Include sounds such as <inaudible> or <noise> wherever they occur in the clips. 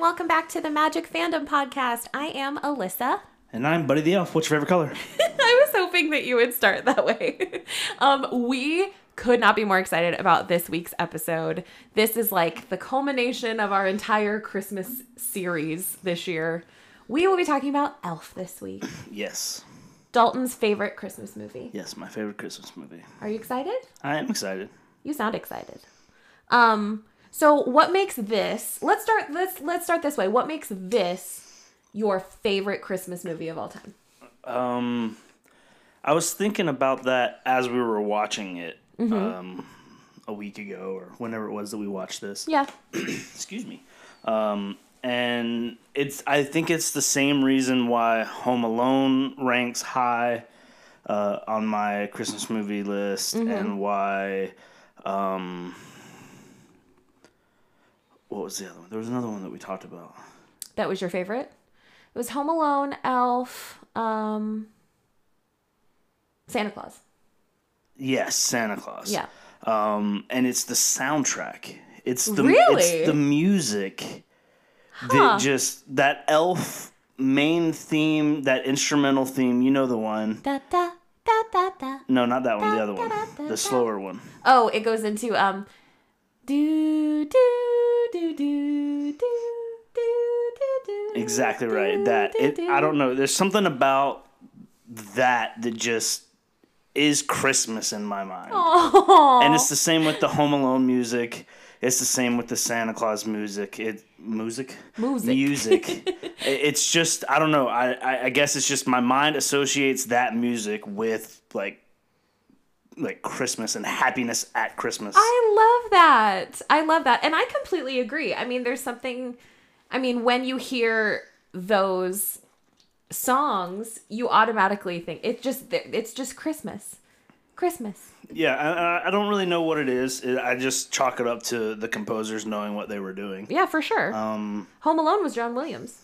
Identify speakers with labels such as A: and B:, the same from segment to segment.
A: welcome back to the Magic Fandom Podcast. I am Alyssa.
B: And I'm Buddy the Elf. What's your favorite color?
A: <laughs> I was hoping that you would start that way. <laughs> um, we could not be more excited about this week's episode. This is like the culmination of our entire Christmas series this year. We will be talking about Elf this <laughs> week,
B: <laughs> yes.
A: Dalton's favorite Christmas movie.
B: Yes, my favorite Christmas movie.
A: Are you excited?
B: I am excited.
A: You sound excited. Um, so what makes this? Let's start. Let's let's start this way. What makes this your favorite Christmas movie of all time?
B: Um, I was thinking about that as we were watching it um, a week ago or whenever it was that we watched this.
A: Yeah.
B: Excuse me. Um, and it's I think it's the same reason why Home Alone ranks high uh, on my Christmas movie list and why um, what was the other one? There was another one that we talked about.
A: That was your favorite? It was Home Alone, Elf, um Santa Claus.
B: Yes, Santa Claus.
A: Yeah.
B: Um, and it's the soundtrack. It's the
A: Really?
B: it's the music
A: Huh.
B: that just that elf main theme, that instrumental theme. You know the one.
A: Da da da da da.
B: No, not that one. The other
A: Da, da,
B: one.
A: da, da.
B: The slower one.
A: Oh, it goes into um do do do do do do do do.
B: Exactly right.
A: do,
B: That
A: do,
B: it.
A: do.
B: I don't know. There's something about that that just is Christmas in my mind.
A: Oh.
B: And it's the same with the Home Alone music. It's the same with the Santa Claus music. It music
A: Music. <laughs>
B: music. I- it's just I don't know. I, I I guess it's just my mind associates that music with like like Christmas and happiness at Christmas.
A: I love that. I love that. And I completely agree. I mean, there's something I mean, when you hear those songs, you automatically think it's just it's just Christmas. Christmas.
B: yeah, I, I- I don't really know what it is. It- I just chalk it up to the composers knowing what they were doing.
A: Yeah, for sure.
B: Um,
A: Home Alone was John Williams.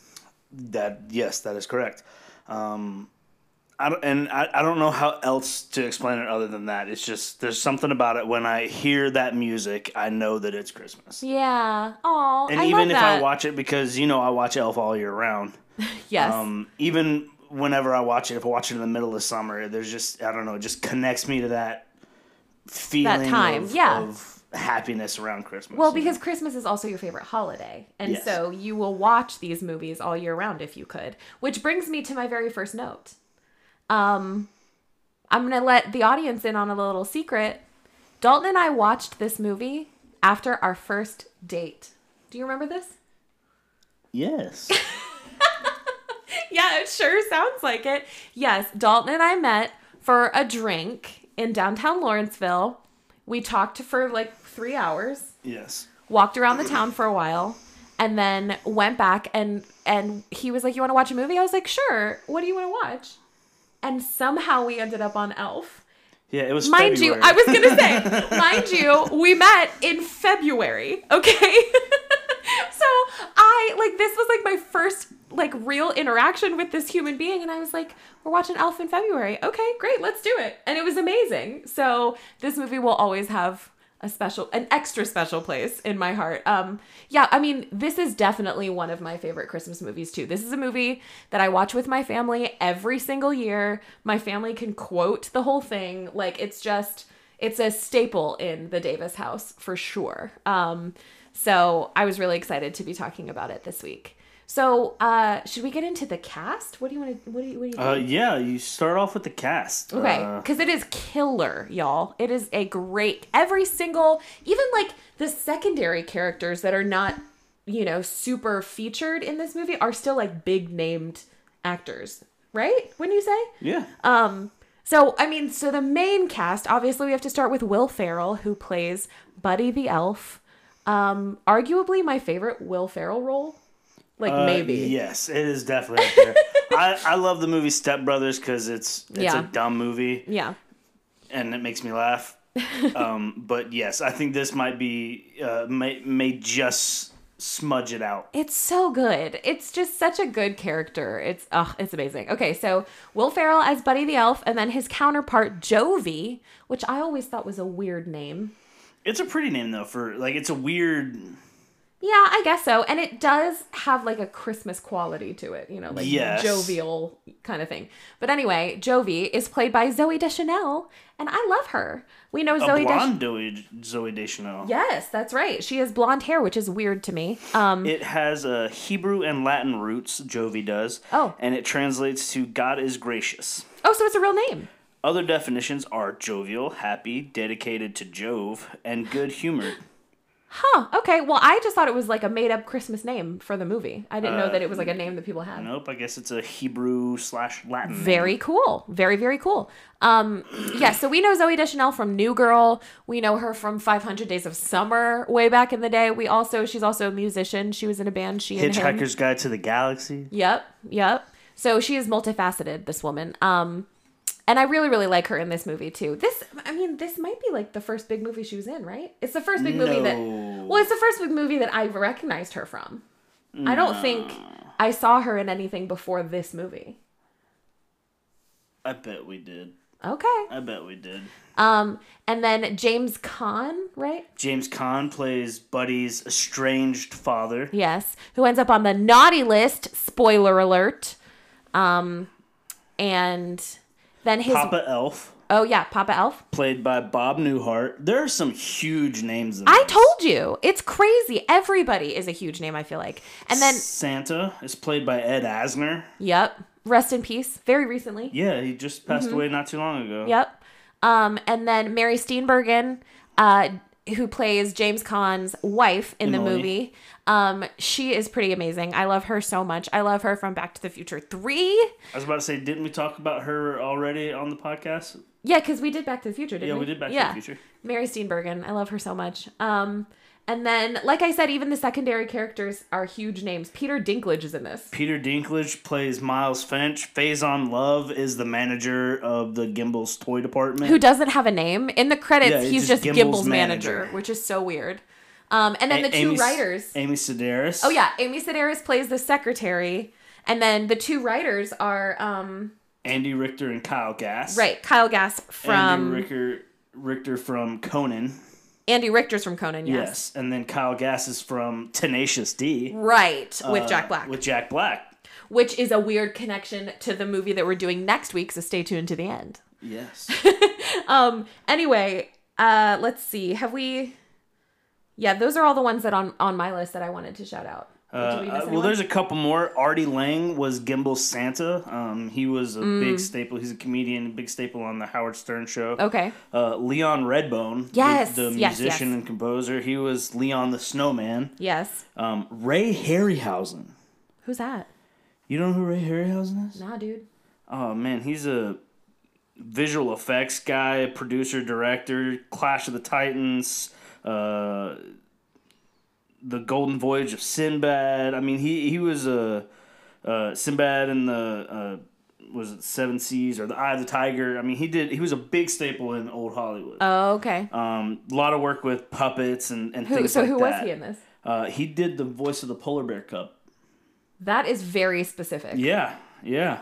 B: that yes, that is correct. Um, I don't, and I, I don't know how else to explain it other than that. It's just there's something about it when I hear that music, I know that it's Christmas.
A: Yeah. Oh,
B: And
A: I love
B: even if
A: that.
B: I watch it because you know I watch Elf all year round.
A: yes.
B: Um, even whenever I watch it, if I watch it in the middle of summer, there's just I don't know, it just connects me to that feeling
A: time,
B: of,
A: yeah.
B: of happiness around Christmas.
A: well, because Christmas is also your favorite holiday. And
B: Yes.
A: so you will watch these movies all year round if you could. Which brings me to my very first note. Um I'm going to let the audience in on a little secret. Dalton and I watched this movie after our first date. Do you remember this?
B: yes,
A: <laughs> yeah, it sure sounds like it. Yes, Dalton and I met for a drink in downtown Lawrenceville. We talked for like three hours,
B: yes,
A: walked around the town for a while, and then went back and and he was like, "You want to watch a movie?" I was like, "Sure. What do you want to watch?" And somehow we ended up on Elf.
B: yeah. It was
A: Mind you,
B: February.
A: I was gonna say, mind you, we met in February, okay? <laughs> so I like this was like my first like real interaction with this human being, and I was like, we're watching Elf in February. Okay, great, let's do it. And it was amazing. So this movie will always have a special an extra special place in my heart. Um yeah, I mean, this is definitely one of my favorite Christmas movies too. This is a movie that I watch with my family every single year. My family can quote the whole thing. Like it's just it's a staple in the Davis house for sure. Um so I was really excited to be talking about it this week. So, uh should we get into the cast? What do you want to what do you what do you
B: Uh, yeah, you start off with the cast.
A: Okay,
B: Uh,
A: because it is killer, y'all. It is a great every single, even like the secondary characters that are not, you know, super featured in this movie are still like big named actors, right? Wouldn't you say?
B: yeah.
A: Um, so I mean, so the main cast, obviously, we have to start with Will Ferrell, who plays Buddy the Elf. Um, arguably my favorite Will Ferrell role, like
B: Uh,
A: maybe.
B: Yes, it is definitely up
A: <laughs>
B: there. I, I love the movie Step Brothers because it's it's
A: Yeah.
B: a dumb movie
A: Yeah.
B: and it makes
A: <laughs>
B: me laugh. um, but yes, I think this might be uh, may may just smudge it out.
A: It's so good. It's just such a good character. It's oh, it's amazing. Okay, so Will Ferrell as Buddy the Elf, and then his counterpart Jovi, which I always thought was a weird name.
B: It's a pretty name though for like it's a weird
A: Yeah, I guess so. And it does have like a Christmas quality to it, you know, like
B: Yes.
A: jovial kind of thing. But anyway, Jovi is played by Zoe Deschanel, and I love her. We know
B: A
A: Zoe Deschanel.
B: blonde Zoe, Zoe Deschanel.
A: Yes, that's right. She has blonde hair, which is weird to me. Um,
B: It has uh, Hebrew and Latin roots, Jovi does.
A: Oh.
B: And it translates to God is gracious.
A: oh, so it's a real name.
B: Other definitions are jovial, happy, dedicated to Jove, and good humored.
A: Huh. Okay. Well, I just thought it was like a made up Christmas name for the movie. I didn't
B: Uh,
A: know that it was like a name that people had.
B: nope, I guess it's a Hebrew slash Latin. name.
A: Very cool. Very, very cool. Um, yeah, so we know Zoe Deschanel from New Girl. We know her from 500 Days of Summer way back in the day. We also, she's also a musician. She was in a band, she and him.
B: Hitchhiker's Guide to the Galaxy.
A: Yep, yep. So she is multifaceted, this woman. Um, and I really, really like her in this movie too. This, I mean, this might be like the first big movie she was in, right? It's the first big movie that,
B: No.
A: well, it's the first big movie that I recognized her from. I don't think I saw her in anything before this movie.
B: I bet we did.
A: Okay.
B: I bet we did.
A: Um, and then James Caan, right?
B: James Caan plays Buddy's estranged father.
A: Yes, who ends up on the naughty list. Spoiler alert. Um, and then his
B: Papa Elf,
A: oh yeah, Papa Elf.
B: played by Bob Newhart. There are some huge names in
A: I
B: this.
A: told you, it's crazy. Everybody is a huge name. I feel like, and then
B: Santa is played by Ed Asner.
A: yep, rest in peace. Very recently.
B: Yeah, he just passed
A: Mm-hmm.
B: away not too long ago.
A: Yep. Um, and then Mary Steenburgen, uh, who plays James Caan's wife in the
B: Emily.
A: movie. Um, she is pretty amazing. I love her so much. I love her from Back to the Future 3.
B: I was about to say, didn't we talk about her already on the podcast?
A: Yeah, because we did Back to the Future, didn't
B: Yeah,
A: we?
B: we did Back to the Future.
A: Mary Steenburgen. I love her so much. Um, and then, like I said, even the secondary characters are huge names. Peter Dinklage is in this.
B: Peter Dinklage plays Miles Finch. Faison Love is the manager of the Gimbals toy department.
A: Who doesn't have a name in the credits?
B: Yeah, it's
A: he's just
B: just
A: Gimble's,
B: Gimble's
A: manager,
B: manager.
A: which is so weird. Um, and then the two
B: Amy S-
A: writers.
B: Amy Sedaris.
A: Oh yeah, Amy Sedaris plays the secretary, and then the two writers are um,
B: Andy Richter and Kyle Gass.
A: right Kyle Gass from
B: Andy Richter, Richter from Conan.
A: Andy Richter's from Conan. Yes,
B: Yes. And then Kyle Gass is from Tenacious D.
A: right with
B: uh,
A: Jack Black,
B: With Jack Black.
A: which is a weird connection to the movie that we're doing next week. So stay tuned to the end. <laughs>
B: Yes.
A: Um. Anyway, uh, let's see. Have we? Yeah, those are all the ones that on on my list that I wanted to shout out. Did
B: Uh,
A: we miss
B: uh, well,
A: anyone?
B: there's a couple more. Artie Lang was Gimbal Santa. Um, he was a big
A: Mm.
B: staple. He's a comedian, a big staple on the Howard Stern show.
A: okay.
B: Uh, Leon Redbone, the-
A: Oh. Yes,
B: the,
A: yes,
B: musician
A: yes.
B: and composer, he was Leon the Snowman.
A: Yes.
B: Um, Ray Harryhausen.
A: Who's that?
B: You know who Ray Harryhausen is?
A: Nah, dude.
B: Oh man, he's a visual effects guy, producer, director, Clash of the Titans, uh, the Golden Voyage of Sinbad. I mean, he he was a uh, Sinbad and the uh, was it Seven Seas or the Eye of the Tiger. I mean, he did he was a big staple in old Hollywood.
A: Oh, okay.
B: Um, a lot of work with puppets and and
A: who?
B: things
A: So
B: like
A: who
B: that.
A: was he in this?
B: Uh, he did the voice of the polar bear cub.
A: That is very specific.
B: Yeah, yeah.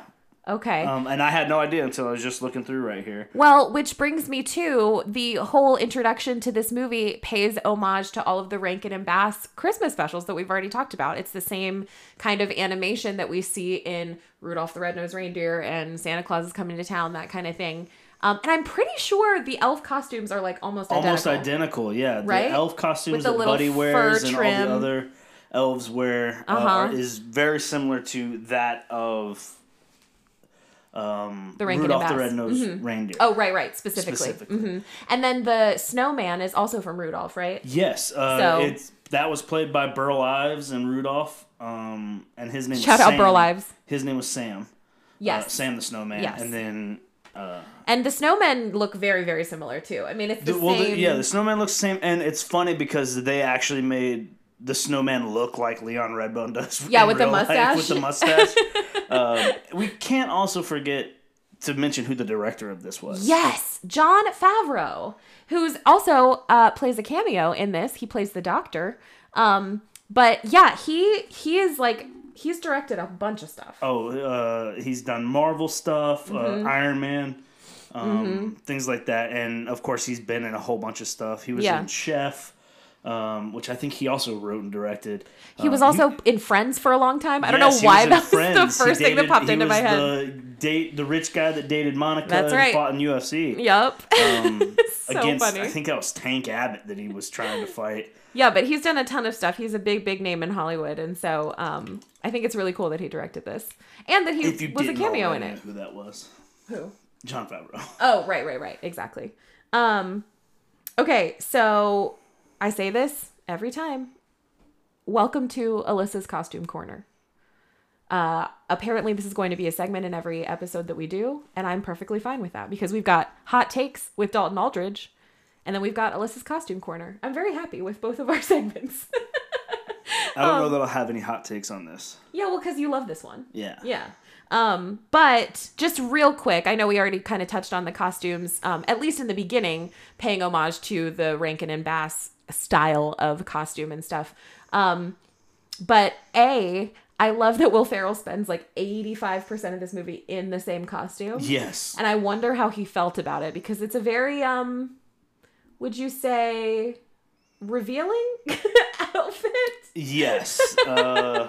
A: Okay.
B: Um, and I had no idea until I was just looking through right here.
A: Well, which brings me to the whole introduction to this movie pays homage to all of the Rankin and Bass Christmas specials that we've already talked about. It's the same kind of animation that we see in Rudolph the Red-Nosed Reindeer and Santa Claus is coming to town, that kind of thing. Um, and I'm pretty sure the elf costumes are like almost identical.
B: almost identical. Yeah, the
A: Right?
B: elf costumes
A: With the
B: that
A: little
B: Buddy
A: fur
B: wears and all
A: trim.
B: the other elves wear uh,
A: Uh-huh.
B: are- is very similar to that of um,
A: The Rankin and
B: Rudolph the
A: Bass.
B: Red Nosed Reindeer.
A: oh, right, right, specifically.
B: Specifically.
A: Mhm. And then the snowman is also from Rudolph, right?
B: yes, uh,
A: So-
B: it's that was played by Burl Ives and Rudolph, um, and his name
A: Shout
B: was
A: out
B: Sam.
A: Burl Ives.
B: His name was Sam.
A: Yes.
B: uh, Sam the Snowman.
A: Yes.
B: and then uh,
A: And the snowmen look very, very similar too. I mean, it's the,
B: the- well,
A: same.
B: the, yeah, the Snowman looks the same, and it's funny because they actually made. The snowman look like Leon Redbone does.
A: Yeah,
B: in
A: with the
B: real life,
A: mustache.
B: with
A: <laughs>
B: the mustache. Um, we can't also forget to mention who the director of this was.
A: Yes, John Favreau, who's also uh, plays a cameo in this. He plays the doctor. Um, but yeah, he he is like he's directed a bunch of stuff.
B: Oh, uh, he's done Marvel stuff,
A: Mm-hmm.
B: uh, Iron Man, um, things like that, and of course he's been in a whole bunch of stuff. He was
A: Yeah.
B: in Chef. um, which I think he also wrote and directed.
A: He was
B: Um,
A: also in Friends for a long time. I don't
B: Yes,
A: know
B: he
A: why
B: was in
A: that was
B: Friends.
A: the
B: He
A: first thing that
B: dated-
A: popped
B: he
A: into my
B: was
A: head.
B: The date the rich guy that dated Monica.
A: That's right.
B: And fought in UFC.
A: <laughs> Yep.
B: Um,
A: so
B: against
A: funny.
B: I think that was Tank Abbott that he was trying to
A: <laughs>
B: fight.
A: yeah, but he's done a ton of stuff. He's a big, big name in Hollywood, and so um, I think it's really cool that he directed this and that
B: If you
A: he was a
B: didn't
A: cameo in
B: already
A: it.
B: know who that was?
A: Who?
B: John Favreau.
A: Oh, right, right, right. Exactly. Um, okay, so I say this every time. Welcome to Alyssa's Costume Corner. Uh, apparently, this is going to be a segment in every episode that we do, and I'm perfectly fine with that because we've got hot takes with Dalton Aldridge, and then we've got Alyssa's Costume Corner. I'm very happy with both of our <laughs> segments.
B: I don't
A: Um,
B: know that I'll have any hot takes on this.
A: yeah, well, because you love this one.
B: Yeah.
A: Yeah. Um, but just real quick, I know we already kind of touched on the costumes, um, at least in the beginning, paying homage to the Rankin and Bass style of costume and stuff. Um, but A, I love that Will Ferrell spends like 85% of this movie in the same costume.
B: Yes.
A: And I wonder how he felt about it because it's a very, um, would you say, revealing <laughs> outfit? <laughs>
B: Yes. Uh,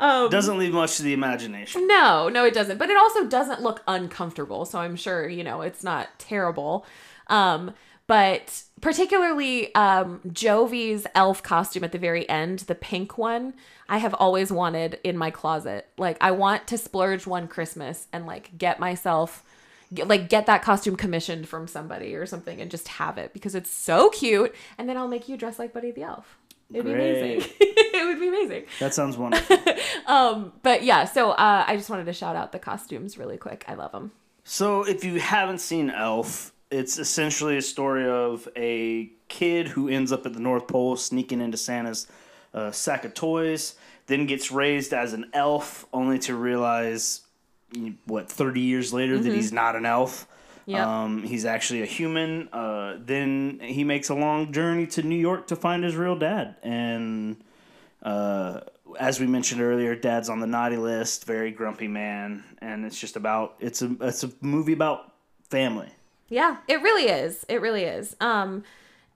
A: Um,
B: doesn't leave much to the imagination.
A: No, no, it doesn't. But it also doesn't look uncomfortable. So I'm sure, you know, it's not terrible. Um, but particularly um, Jovi's elf costume at the very end, the pink one, I have always wanted in my closet. Like, I want to splurge one Christmas and like get myself. Get, like get that costume commissioned from somebody or something and just have it because it's so cute and then i'll make you dress like buddy the elf it'd be amazing
B: Great.
A: <laughs> it would be amazing
B: That sounds wonderful.
A: um, but yeah, so uh, I just wanted to shout out the costumes really quick. I love them.
B: so, if you haven't seen Elf, it's essentially a story of a kid who ends up at the North Pole sneaking into Santa's uh, sack of toys, then gets raised as an elf, only to realize, you- what, 30 years later, that he's not an elf.
A: Yep.
B: Um, he's actually a human. Uh, then he makes a long journey to New York to find his real dad. And uh, as we mentioned earlier, Dad's on the naughty list, very grumpy man, and it's just about it's a it's a movie about family.
A: Yeah, it really is. It really is. Um,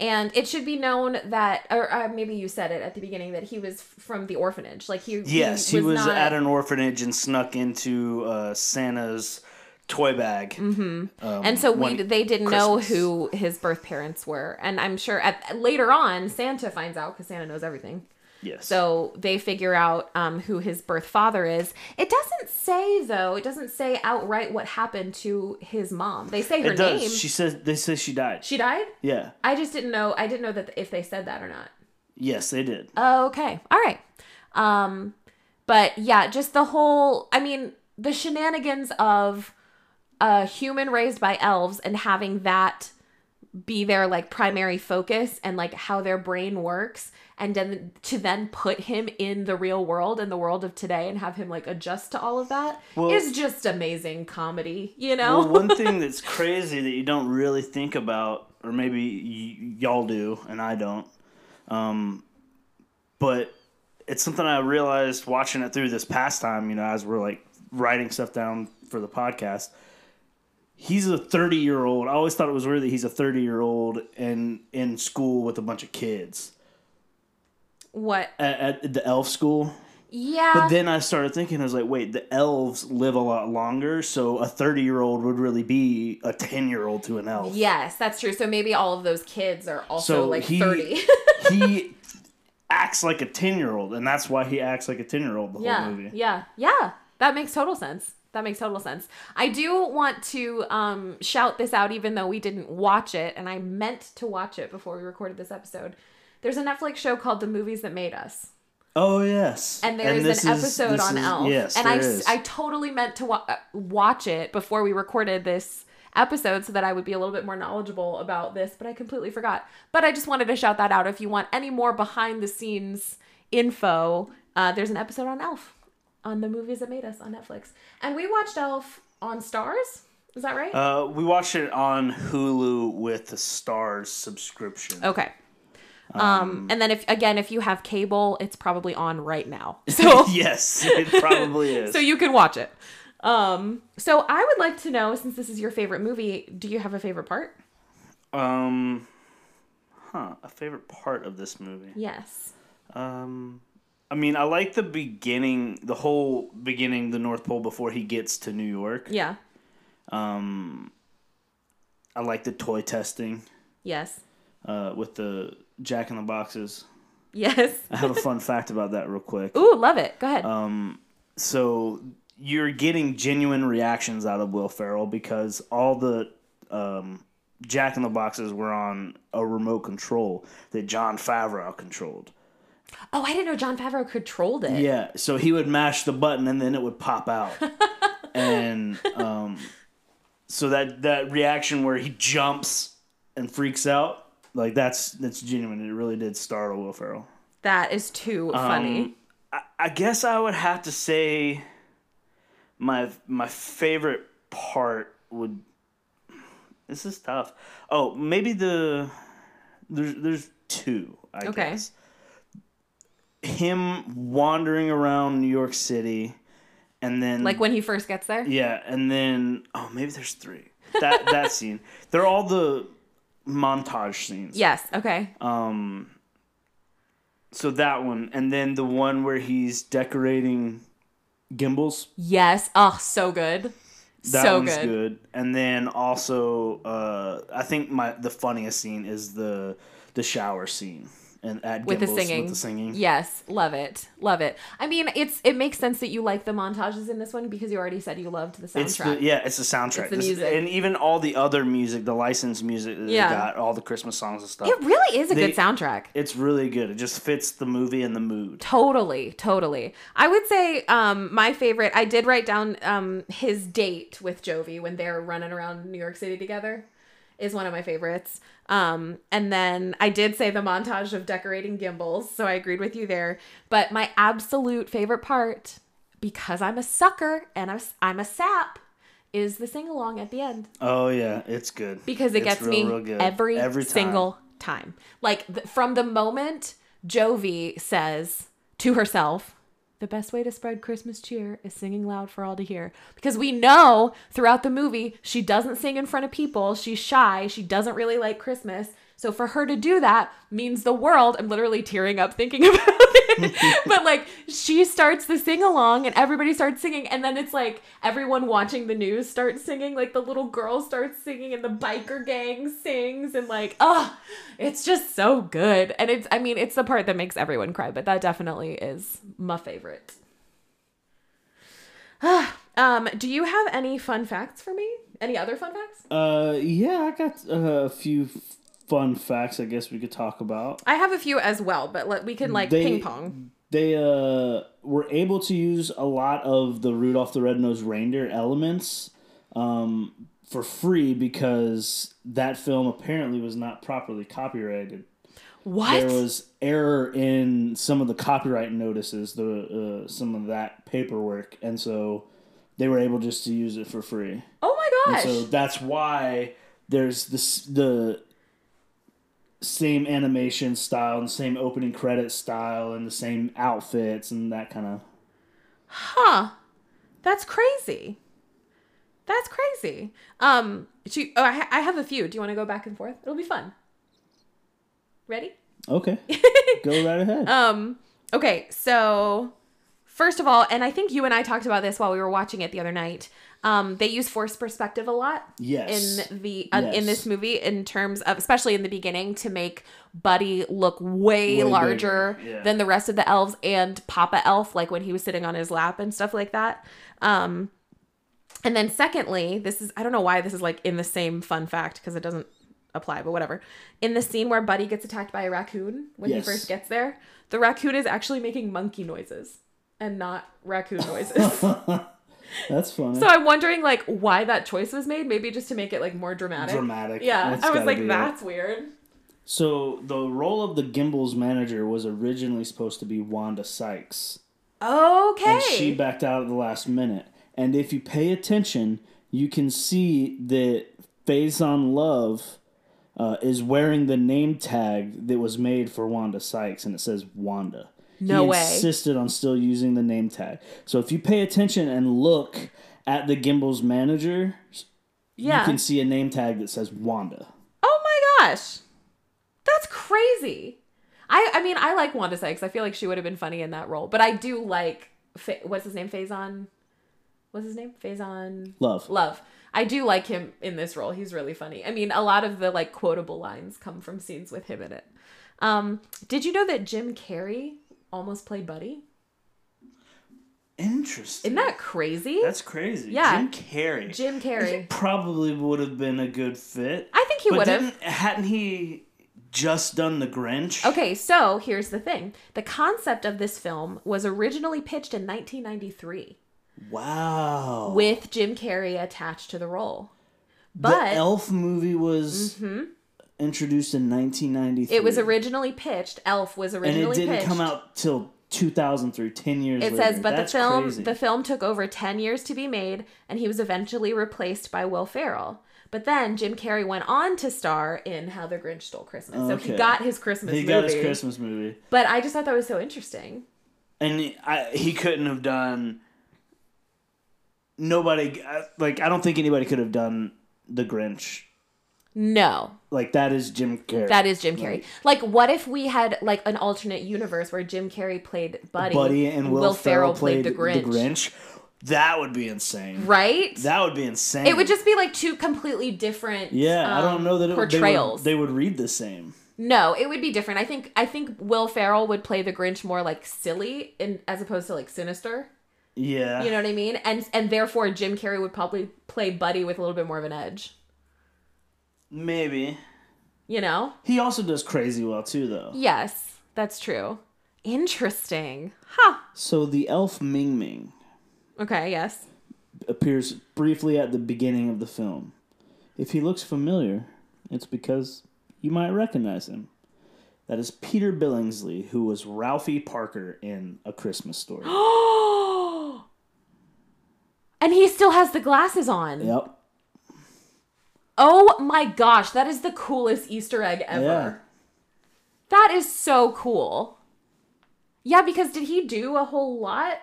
A: and it should be known that, or uh, maybe you said it at the beginning that he was from the orphanage. Like he,
B: Yes, he was,
A: not-
B: at an orphanage and snuck into uh, Santa's toy bag. Mm-hmm. Um,
A: and so we
B: one-
A: they didn't know
B: Christmas.
A: who his birth parents were. And I'm sure at later on Santa finds out because Santa knows everything.
B: yes,
A: So they figure out um, who his birth father is. It doesn't say though. It doesn't say outright what happened to his mom. They say her
B: it does.
A: name.
B: She says they say she died.
A: She died?
B: yeah.
A: I just didn't know. I didn't know that if they said that or not.
B: Yes, they did.
A: Oh, Okay. All right. Um but yeah, just the whole I mean, the shenanigans of a human raised by elves and having that be their like primary focus and like how their brain works and then to then put him in the real world and the world of today and have him like adjust to all of that is
B: Well-
A: just amazing comedy, you know?
B: well, one thing that's crazy that you don't really think about, or maybe y- y'all do and I don't, um, but it's something I realized watching it through this past time. You know, as we're like writing stuff down for the podcast. He's a 30 year old. I always thought it was weird that he's a 30 year old and in school with a bunch of kids
A: what?
B: at, at the elf school.
A: Yeah.
B: But then I started thinking, I was like, wait, the elves live a lot longer, so a 30 year old would really be a 10 year old to an elf.
A: Yes, that's true. So maybe all of those kids are also
B: So
A: like
B: he-
A: 30.
B: <laughs> he acts like a 10 year old, and that's why he acts like a 10 year old the
A: <laughs> yeah.
B: whole movie.
A: Yeah. Yeah. That makes total sense. That makes total sense. I do want to um, shout this out, even though we didn't watch it, and I meant to watch it before we recorded this episode. There's a Netflix show called The Movies That Made Us.
B: Oh, yes.
A: and there is
B: this
A: an episode
B: this
A: on
B: is-
A: Elf.
B: Yes,
A: and
B: there
A: I, s-
B: is.
A: I totally meant to wa- uh, watch it before we recorded this episode so that I would be a little bit more knowledgeable about this, but I completely forgot. But I just wanted to shout that out. If you want any more behind the scenes info, uh, there's an episode on Elf on the movies that made us on Netflix. And we watched Elf on Stars. Is that right?
B: uh, we watched it on Hulu with the Stars subscription.
A: okay. Um, and then if again if you have cable, it's probably on right
B: <laughs>
A: now. So
B: yes, it probably is.
A: Oh. <laughs> so you can watch it. Um, so I would like to know, since this is your favorite movie, do you have a favorite part?
B: Um, huh, a favorite part of this movie.
A: Yes.
B: Um, I mean, I like the beginning, the whole beginning, the North Pole before he gets to New York.
A: Yeah.
B: Um, I like the toy testing
A: Yes.
B: uh, with the Jack in the Boxes.
A: Yes.
B: I have a fun fact about that, real quick.
A: Ooh, love it. Go ahead.
B: Um, so you're getting genuine reactions out of Will Ferrell because all the um, Jack in the Boxes were on a remote control that John Favreau controlled.
A: oh, I didn't know John Favreau controlled it.
B: Yeah, so he would mash the button and then it would pop out. and um, so that that reaction where he jumps and freaks out, like that's that's genuine. It really did startle Will Ferrell.
A: That is too
B: Um,
A: funny.
B: I, I guess I would have to say my my favorite part would this is tough. Oh, maybe the there's there's two, I
A: Okay.
B: guess. Him wandering around New York City and then
A: Like when he first gets there.
B: yeah, and then oh maybe there's three. That <laughs> that scene. They're all the montage scenes.
A: Yes. Okay.
B: Um, so that one, and then the one where he's decorating gimbals.
A: yes. Oh, so good.
B: That
A: so
B: one's
A: good.
B: And then also, uh, I think my the funniest scene is the the shower scene and at
A: With the
B: gimbals
A: singing.
B: with the singing.
A: Yes, love it. Love it. I mean, it's it makes sense that you like the montages in this one because you already said you loved the soundtrack.
B: It's the, yeah, it's the soundtrack,
A: It's the
B: This-
A: music.
B: and even all the other music, the licensed music that
A: Yeah.
B: they got, all the Christmas songs and stuff.
A: It really is a
B: They-
A: good soundtrack.
B: it's really good. It just fits the movie and the mood.
A: Totally, totally. I would say um my favorite I did write down um his date with Jovi when they're running around New York City together is one of my favorites. Um and then I did say the montage of decorating gimbals, so I agreed with you there, but my absolute favorite part because I'm a sucker and I'm s- I'm a sap is the sing along at the end
B: Oh yeah, it's good
A: because it
B: It's
A: gets
B: real,
A: me
B: real good.
A: every,
B: time.
A: single time. Like th- from the moment Jovi says to herself, the best way to spread Christmas cheer is singing loud for all to hear. Because we know throughout the movie, she doesn't sing in front of people. She's shy. She doesn't really like Christmas. So for her to do that means the world. I'm literally tearing up thinking <laughs> about it. but like she starts the sing along and everybody starts singing. And then it's like everyone watching the news starts singing. Like the little girl starts singing and the biker gang sings. And like, oh, it's just so good. And it's, I mean, it's the part that makes everyone cry, but that definitely is my favorite. <sighs> Um, do you have any fun facts for me? Any other fun facts?
B: Uh, yeah, I got uh, a few f- fun facts. I guess we could talk about.
A: I have a few as well, but let, we can like
B: They-
A: ping pong.
B: They uh were able to use a lot of the Rudolph the Red-Nosed Reindeer elements um for free because that film apparently was not properly copyrighted.
A: What?
B: There was error in some of the copyright notices, the uh, some of that paperwork, and so they were able just to use it for free.
A: oh my
B: And
A: gosh.
B: so that's why there's this the same animation style and same opening credit style and the same outfits and that kind of
A: Huh. That's crazy. That's crazy. Um, do you- oh, I, ha- I have a few. Do you want to go back and forth? It'll be fun. Ready? <laughs>
B: okay go right ahead
A: Um, okay, so first of all, and I think you and I talked about this while we were watching it the other night. Um, they use forced perspective a lot.
B: yes <laughs>
A: in the uh, in
B: Yes.
A: this movie in terms of especially in the beginning to make Buddy look way,
B: Way
A: larger
B: bigger, yeah.
A: than the rest of the elves and Papa Elf like when he was sitting on his lap and stuff like that. Um and then secondly, this is I don't know why this is like in the same fun fact because it doesn't apply, but whatever. In the scene where Buddy gets attacked by a raccoon when
B: Yes.
A: he first gets there, the raccoon is actually making monkey noises and not raccoon noises.
B: <laughs> that's funny
A: So I'm wondering like why that choice was made. Maybe just to make it like more dramatic.
B: Dramatic.
A: Yeah,
B: That's
A: I was
B: gotta be
A: like,
B: it.
A: that's weird.
B: so the role of the gimbals manager was originally supposed to be wanda sykes
A: Okay.
B: and she backed out at the last minute. And if you pay attention, you can see that Faison Love uh, is wearing the name tag that was made for Wanda Sykes, and it says Wanda.
A: No
B: he
A: way.
B: insisted on still using the name tag. So if you pay attention and look at the Gimbals manager,
A: yeah.
B: you can see a name tag that says Wanda.
A: Oh my gosh. That's crazy. I I mean, I like Wanda Sykes. I feel like she would have been funny in that role, but I do like Fa- what's his name? Faison. What's his name? Faison.
B: Love.
A: Love. I do like him in this role. He's really funny. I mean, a lot of the like quotable lines come from scenes with him in it. Um, did you know that Jim Carrey almost played Buddy?
B: Interesting.
A: Isn't that crazy?
B: That's crazy.
A: Yeah.
B: Jim Carrey.
A: Jim
B: He <laughs>
A: Carrey.
B: probably would have been a good fit.
A: I think he
B: But
A: would have.
B: didn't- Hadn't he just done the Grinch?
A: Okay, so here's the thing. The concept of this film was originally pitched in 1993
B: Wow.
A: with Jim Carrey attached to the role.
B: the
A: But Mm-hmm.
B: Elf movie was introduced in 1993.
A: it was originally pitched, Elf was
B: and it
A: originally
B: didn't
A: pitched.
B: come out till 2003, 10 years
A: it
B: later.
A: says but
B: That's
A: the film
B: crazy.
A: the film took over 10 years to be made and he was eventually replaced by Will Ferrell. But then Jim Carrey went on to star in How the Grinch Stole Christmas. So he
B: Okay.
A: got his Christmas
B: he
A: movie.
B: got his Christmas movie.
A: But I just thought that was so interesting.
B: and he- I, he couldn't have done nobody I- like i don't think anybody could have done the grinch
A: No,
B: like that is jim carrey
A: That is Jim Carrey. Like, what if we had like an alternate universe where Jim Carrey played Buddy,
B: buddy and will, ferrell, played,
A: the Grinch?
B: that would be insane
A: Right?
B: that would be insane
A: it would just be like two completely different.
B: yeah i
A: um,
B: don't know that it, would- they would-
A: portrayals.
B: they would, read the same
A: No, it would be different. I think I think Will Ferrell would play the Grinch more like silly, and as opposed to like sinister.
B: yeah
A: You know what I mean? And and therefore Jim Carrey would probably play Buddy with a little bit more of an edge.
B: maybe
A: You know?
B: he also does crazy well too though
A: Yes, that's true. Interesting, huh?
B: so the elf ming ming
A: Okay, yes.
B: appears briefly at the beginning of the film. If he looks familiar, it's because you might recognize him. That is Peter Billingsley, who was Ralphie Parker in A Christmas
A: <gasps>
B: Story.
A: Oh, and he still has the glasses on.
B: yep.
A: Oh my gosh, that is the coolest Easter egg ever.
B: Yeah.
A: That is so cool. Yeah, because did he do a whole lot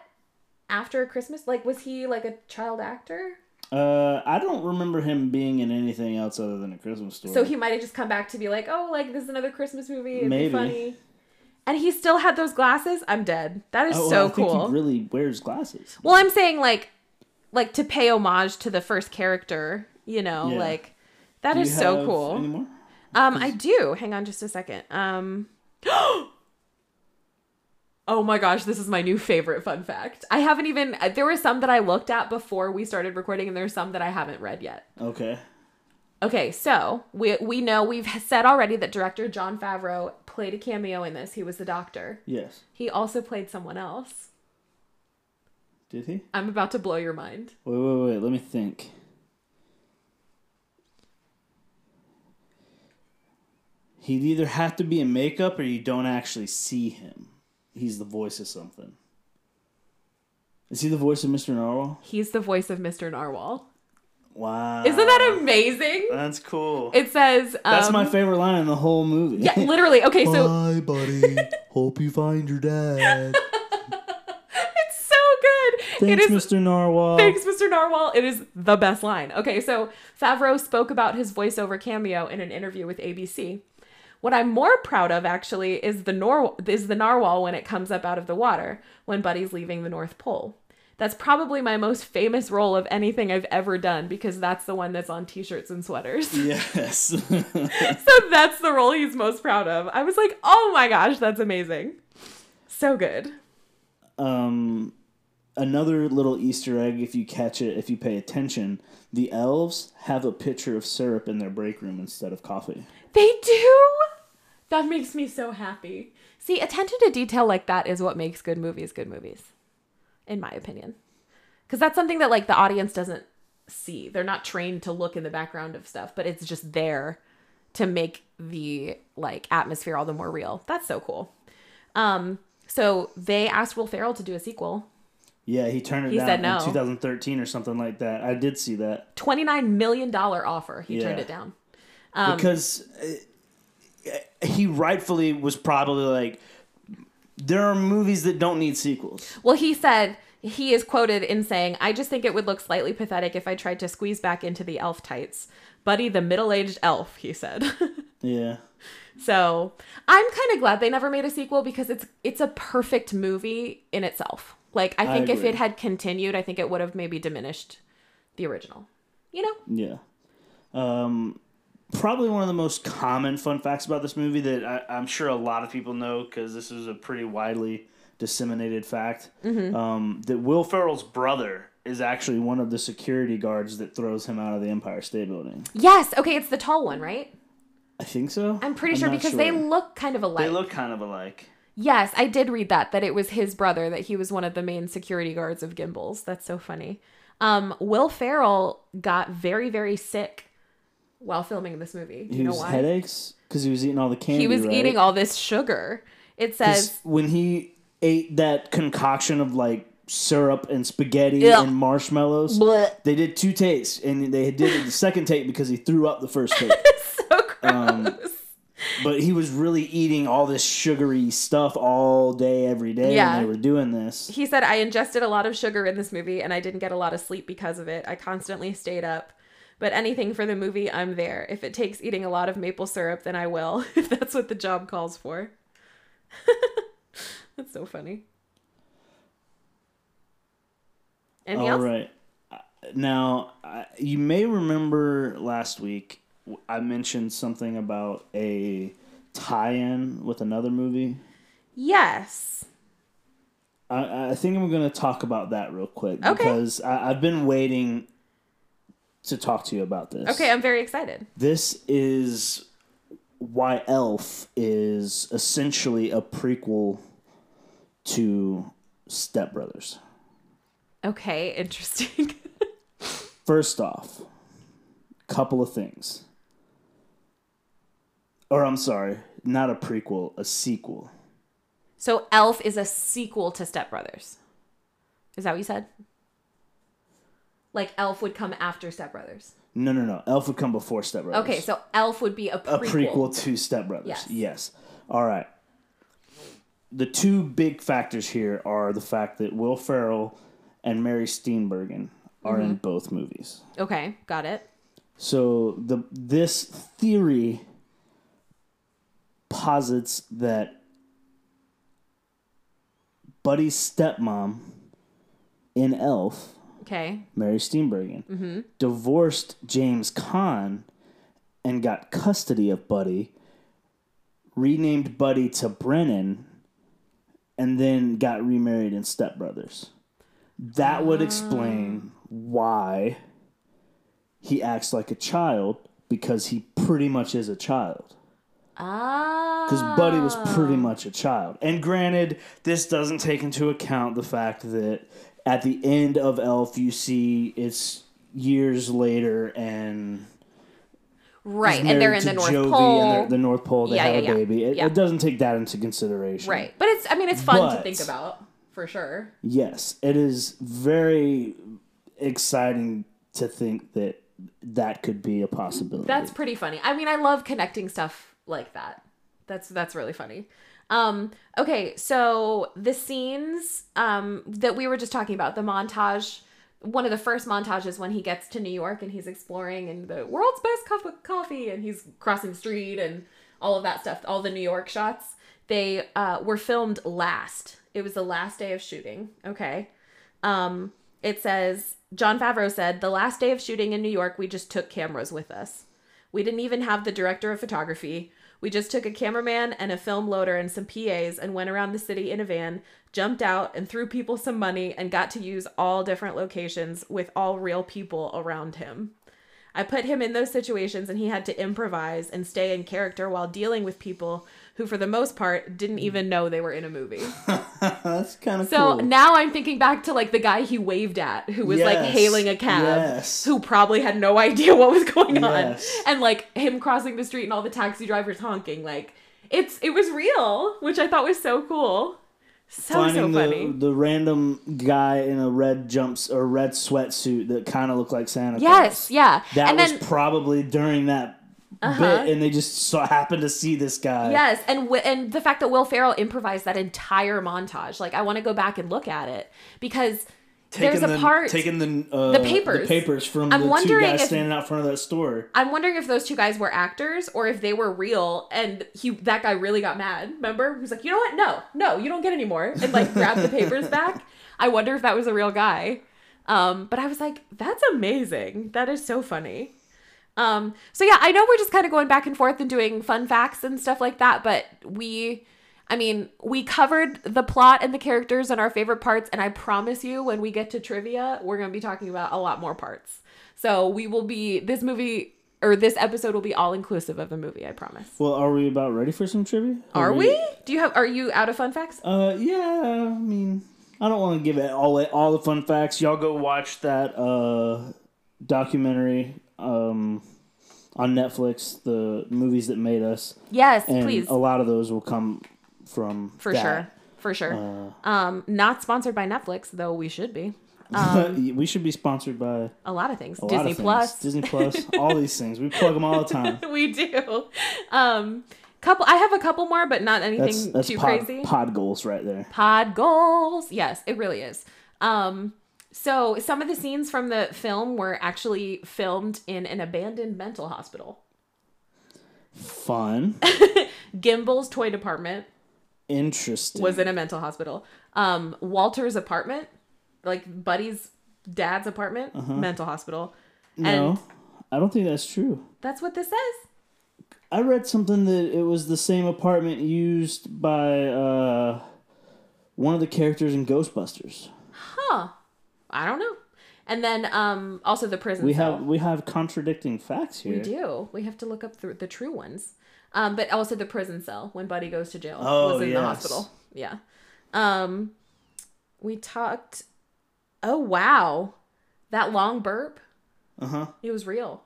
A: after Christmas? Like, was he like a child actor?
B: Uh, I don't remember him being in anything else other than A Christmas Story.
A: So he might have just come back to be like, oh, like this is another Christmas movie. It'd
B: Maybe.
A: be funny. And he still had those glasses. I'm dead. That is
B: Oh, well,
A: so
B: I think
A: cool.
B: he really wears glasses.
A: Well, I'm saying like like to pay homage to the first character, you know,
B: Yeah.
A: like that
B: Do
A: is
B: you
A: so
B: have
A: cool.
B: any more?
A: Um I do. Hang on just a second. Um <gasps> Oh my gosh, this is my new favorite fun fact. I haven't even uh, there were some that I looked at before we started recording and there's some that I haven't read yet.
B: Okay.
A: Okay, so we we know we've said already that director John Favreau played a cameo in this. He was the doctor.
B: Yes.
A: He also played someone else.
B: Did he?
A: I'm about to blow your mind.
B: Wait, wait, wait. Let me think. He'd either have to be in makeup or you don't actually see him. He's the voice of something. Is he the voice of Mr. Narwhal?
A: He's the voice of Mr. Narwhal.
B: Wow.
A: Isn't that amazing?
B: That's cool.
A: It says um,
B: Uh, That's my Uh, favorite line in the whole movie. <laughs>
A: yeah, literally. Okay, so
C: Bye, buddy. Hope you find your dad.
A: it's so good. <laughs>
B: Thanks,
A: it is
B: Mr. Narwhal.
A: thanks, Mr. Narwhal. It is the best line. Okay, so Favreau spoke about his voiceover cameo in an interview with ABC. What I'm more proud of actually is the nor is the narwhal when it comes up out of the water when Buddy's leaving the North Pole. That's probably my most famous role of anything I've ever done because that's the one that's on t-shirts and sweaters.
B: Mm. Yes.
A: <laughs>
B: <laughs>
A: so that's the role he's most proud of. I was like, oh my gosh, that's amazing. So good.
B: um, another little Easter egg, if you catch it, if you pay attention, the elves have a pitcher of syrup in their break room instead of coffee.
A: They do? That makes me so happy. See, attention to detail like that is what makes good movies good movies, in my opinion. Because that's something that, like, the audience doesn't see. They're not trained to look in the background of stuff, but it's just there to make the, like, atmosphere all the more real. That's so cool. Um, so they asked Will Ferrell to do a sequel.
B: Yeah, he turned it
A: He
B: down
A: said
B: in
A: no.
B: 2013 or something like that. I did see that
A: $29 million offer. He turned
B: Yeah.
A: it down. Um,
B: because uh, he rightfully was probably like, there are movies that don't need sequels.
A: Well, he said he is quoted in saying, "I just think it would look slightly pathetic if I tried to squeeze back into the elf tights." Buddy, the middle-aged elf, he said. <laughs>
B: Yeah.
A: So I'm kind of glad they never made a sequel because it's it's a perfect movie in itself. Like I
B: I
A: think if
B: agree.
A: it had continued, I think it would have maybe diminished the original. You know?
B: Yeah. Um, probably one of the most common fun facts about this movie that I, I'm sure a lot of people know because this is a pretty widely disseminated fact
A: Mm-hmm.
B: um, that Will Ferrell's brother is actually one of the security guards that throws him out of the Empire State Building.
A: Yes. Okay, it's the tall one, right?
B: I think so.
A: I'm pretty sure
B: not
A: because they look kind of alike.
B: they look kind of alike.
A: yes, I did read that that it was his brother that he was one of the main security guards of Gimbals. That's so funny. Um, Will Ferrell got very very sick while filming this movie. Do
B: He
A: you know
B: was
A: why?
B: headaches because he was eating all the candy.
A: he was
B: right?
A: eating all this sugar. It says
B: 'Cause <laughs> when he ate that concoction of like syrup and spaghetti
A: Ugh.
B: and marshmallows.
A: <laughs> Blech.
B: They did two takes, and they did the second take because he threw up the
A: <laughs>
B: first take.
A: so gross.
B: but he was really eating all this sugary stuff all day, every day,
A: Yeah.
B: and they were doing this.
A: he said i ingested a lot of sugar in this movie and i didn't get a lot of sleep because of it i constantly stayed up but anything for the movie i'm there if it takes eating a lot of maple syrup then i will <laughs> if that's what the job calls for <laughs> that's so funny anything
B: All
A: else
B: right. Uh, Now, I- you may remember last week w- I mentioned something about a tie-in with another movie.
A: yes
B: I, I think I'm going to talk about that real quick
A: Okay.
B: because I, I've been waiting to talk to you about this.
A: okay i'm very excited
B: This is why Elf is essentially a prequel to Step Brothers.
A: okay interesting <laughs>
B: First off, couple of things. Or I'm sorry, not a prequel, a sequel.
A: so elf is a sequel to step brothers is that what you said like elf would come after step brothers
B: No, no, no. Elf would come before Step Brothers.
A: Okay, so Elf would be a prequel.
B: a prequel to Step Brothers.
A: Yes.
B: Yes. All right. The two big factors here are the fact that Will Ferrell and Mary Steenburgen are in both movies.
A: Okay, got it.
B: So the this theory posits that Buddy's stepmom in Elf,
A: Okay.
B: Mary Steenburgen, divorced James Caan and got custody of Buddy, renamed Buddy to Brennan, and then got remarried in Step Brothers. That would explain why he acts like a child because he pretty much is a child.
A: Ah.
B: Because Buddy was pretty much a child. And granted, this doesn't take into account the fact that at the end of Elf, you see it's years later and
A: right,
B: married
A: and they're in
B: to
A: the North
B: Jovi
A: Pole.
B: and they're at the North Pole. They
A: Yeah,
B: have
A: yeah, yeah.
B: a baby. It,
A: Yeah.
B: it doesn't take that into consideration.
A: right, but it's. I mean, it's fun to
B: But-
A: think about for sure.
B: Yes, it is very exciting to think that that could be a possibility.
A: That's pretty funny. I mean, I love connecting stuff like that. That's that's really funny. Um, okay, so the scenes um, that we were just talking about, the montage, one of the first montages when he gets to New York and he's exploring and the world's best cup of coffee and he's crossing the street and all of that stuff, all the New York shots, they uh, were filmed last. It was the last day of shooting. Okay. Um, it says John Favreau said the last day of shooting in New York, we just took cameras with us. We didn't even have the director of photography. We just took a cameraman and a film loader and some PAs and went around the city in a van, jumped out and threw people some money and got to use all different locations with all real people around him. I put him in those situations and he had to improvise and stay in character while dealing with people who, for the most part, didn't even know they were in a movie.
B: That's kind of
A: So
B: cool.
A: now I'm thinking back to like the guy he waved at who was like
B: Yes,
A: hailing a cab
B: yes.
A: who probably had no idea what was going
B: Yes.
A: on and like him crossing the street and all the taxi drivers honking like it's it was real which I thought was so cool. So so
B: Finding
A: funny.
B: the, the random guy in a red jumps or red sweatsuit that kind of looked like Santa
A: yes,
B: Claus.
A: yeah.
B: That
A: and
B: was
A: then
B: probably during that
A: Uh-huh.
B: bit, and they just so happened to see this guy.
A: Yes, and w- and the fact that Will Ferrell improvised that entire montage, like I want to go back and look at it because
B: taking
A: There's a
B: the,
A: part-
B: taking the uh,
A: the papers.
B: papers from
A: I'm
B: the two
A: wondering
B: guys
A: if-
B: standing out front of that store.
A: I'm wondering if those two guys were actors or if they were real and he that guy really got mad. Remember? He was like, "You know what? No. No, you don't get any more." And like grabbed the papers back. I wonder if that was a real guy. Um, but I was like, "That's amazing. That is so funny." Um, so yeah, I know we're just kind of going back and forth and doing fun facts and stuff like that, but we I mean, we covered the plot and the characters and our favorite parts, and I promise you, when we get to trivia, we're going to be talking about a lot more parts. So we will be, this movie or this episode will be all inclusive of the movie, I promise.
B: Well, are we about ready for some trivia?
A: Are we? Do you have, are you out of fun facts?
B: Uh, yeah. I mean, I don't want to give it all all the fun facts. Y'all go watch that uh documentary um on Netflix, the movies that made us,
A: Yes,
B: and
A: please.
B: a lot of those will come from
A: For
B: that. <laughs> Uh,
A: sure. For sure. um, not sponsored by Netflix, though we should be.
B: we should be sponsored by
A: A lot of things.
B: a lot
A: Um, Disney
B: of things.
A: Plus.
B: Disney Plus, all these things. We plug them all the time.
A: <laughs> we do. Um, couple, I have a couple more, but not anything
B: That's that's
A: too
B: pod,
A: crazy.
B: pod goals right there.
A: pod goals. Yes, it really is. Um, so some of the scenes from the film were actually filmed in an abandoned mental hospital, <laughs>
B: Fun,
A: Gimbel's toy department
B: interesting.
A: was in a mental hospital. Um, Walter's apartment, like Buddy's dad's apartment, mental hospital,
B: Uh-huh. no?
A: and
B: I don't think that's true.
A: that's what this says.
B: I read something that it was the same apartment used by uh, one of the characters in Ghostbusters.
A: I don't know. And then um, also the prison.
B: We
A: cell.
B: have we have contradicting facts here.
A: We do. We have to look up the, the true ones. Um, but also the prison cell when Buddy goes to jail
B: Oh,
A: was in
B: yes.
A: the hospital. Yeah. Um, we talked. Oh wow, that long burp.
B: Uh huh.
A: It was real.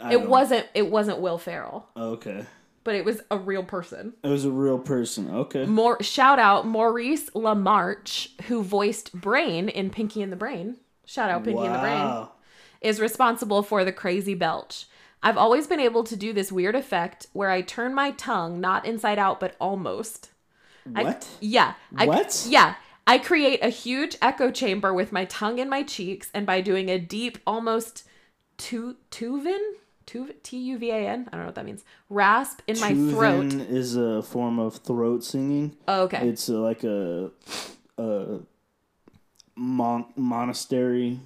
B: I
A: It
B: don't-
A: wasn't. It wasn't Will Ferrell,
B: Oh, okay.
A: but it was a real person.
B: It was a real person. Okay.
A: More shout out Maurice LaMarche who voiced Brain in Pinky and the Brain. Shout out Pinky and the Brain.
B: Wow.
A: is responsible for the crazy belch. I've always been able to do this weird effect where I turn my tongue not inside out but almost. I-
B: What?
A: yeah. I,
B: What?
A: Yeah. I create a huge echo chamber with my tongue in my cheeks and by doing a deep almost tu- tuvin Tu- T-U-V-A-N, I don't know what that means. Rasp in my
B: Tuvin
A: throat.
B: is a form of throat singing.
A: Oh, okay.
B: It's uh, like a a mon- monastery.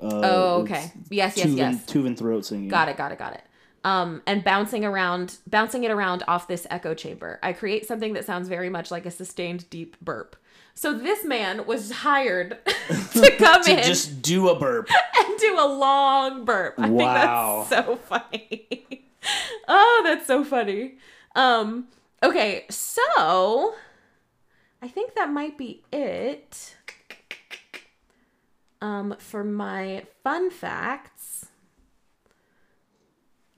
B: Uh,
A: oh, okay. Yes, yes,
B: Tuvin,
A: yes.
B: Tuvin throat singing.
A: Got it, got it, got it. Um, and bouncing around, bouncing it around off this echo chamber. I create something that sounds very much like a sustained deep burp. So this man was hired <laughs> to come in
B: Just do a burp.
A: and <laughs> do a long burp. I
B: Wow.
A: think that's so funny. <laughs> oh, that's so funny. Um, okay, so I think that might be it. Um, for my fun facts.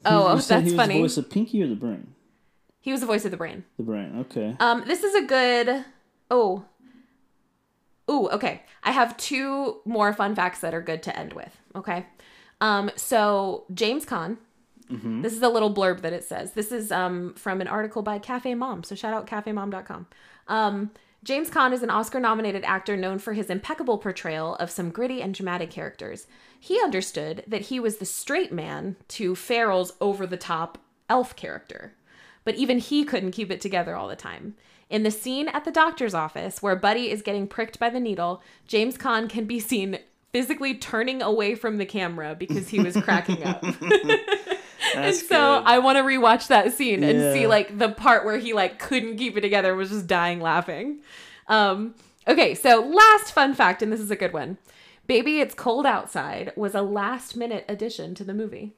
A: Oh,
B: You said
A: that's
B: he was The
A: funny.
B: voice of Pinky or the Brain?
A: he was the voice of the brain.
B: The Brain. Okay.
A: <laughs> Um, this is a good. Oh. Ooh, okay. I have two more fun facts that are good to end with. Okay. Um, so James Caan. This is a little blurb that it says. This is um, from an article by Cafe Mom. So shout out cafemom.com. Um, James Caan is an Oscar nominated actor known for his impeccable portrayal of some gritty and dramatic characters. He understood that he was the straight man to Farrell's over the top elf character but even he couldn't keep it together all the time. In the scene at the doctor's office where Buddy is getting pricked by the needle, James Caan can be seen physically turning away from the camera because he was cracking up. and
B: That's
A: so
B: good.
A: I want to rewatch that scene and see
B: Yeah.
A: like the part where he like couldn't keep it together and was just dying laughing. Um okay, so last fun fact and this is a good one. Baby It's Cold Outside was a last minute addition to the movie.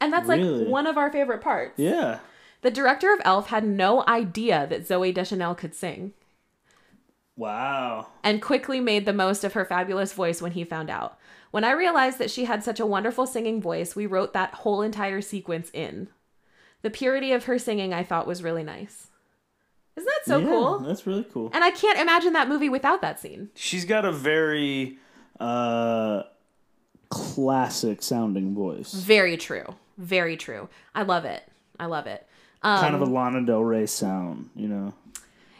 A: And that's like
B: Really?
A: one of our favorite parts.
B: yeah.
A: The director of Elf had no idea that Zoe Deschanel could sing
B: Wow.
A: and quickly made the most of her fabulous voice when he found out. When I realized that she had such a wonderful singing voice, we wrote that whole entire sequence in. The purity of her singing I thought was really nice. Isn't that so
B: Yeah,
A: cool?
B: That's really cool.
A: And I can't imagine that movie without that scene.
B: She's got a very uh classic sounding voice.
A: Very true. Very true. I love it. I love it. Um,
B: kind of a Lana Del Rey sound, you know.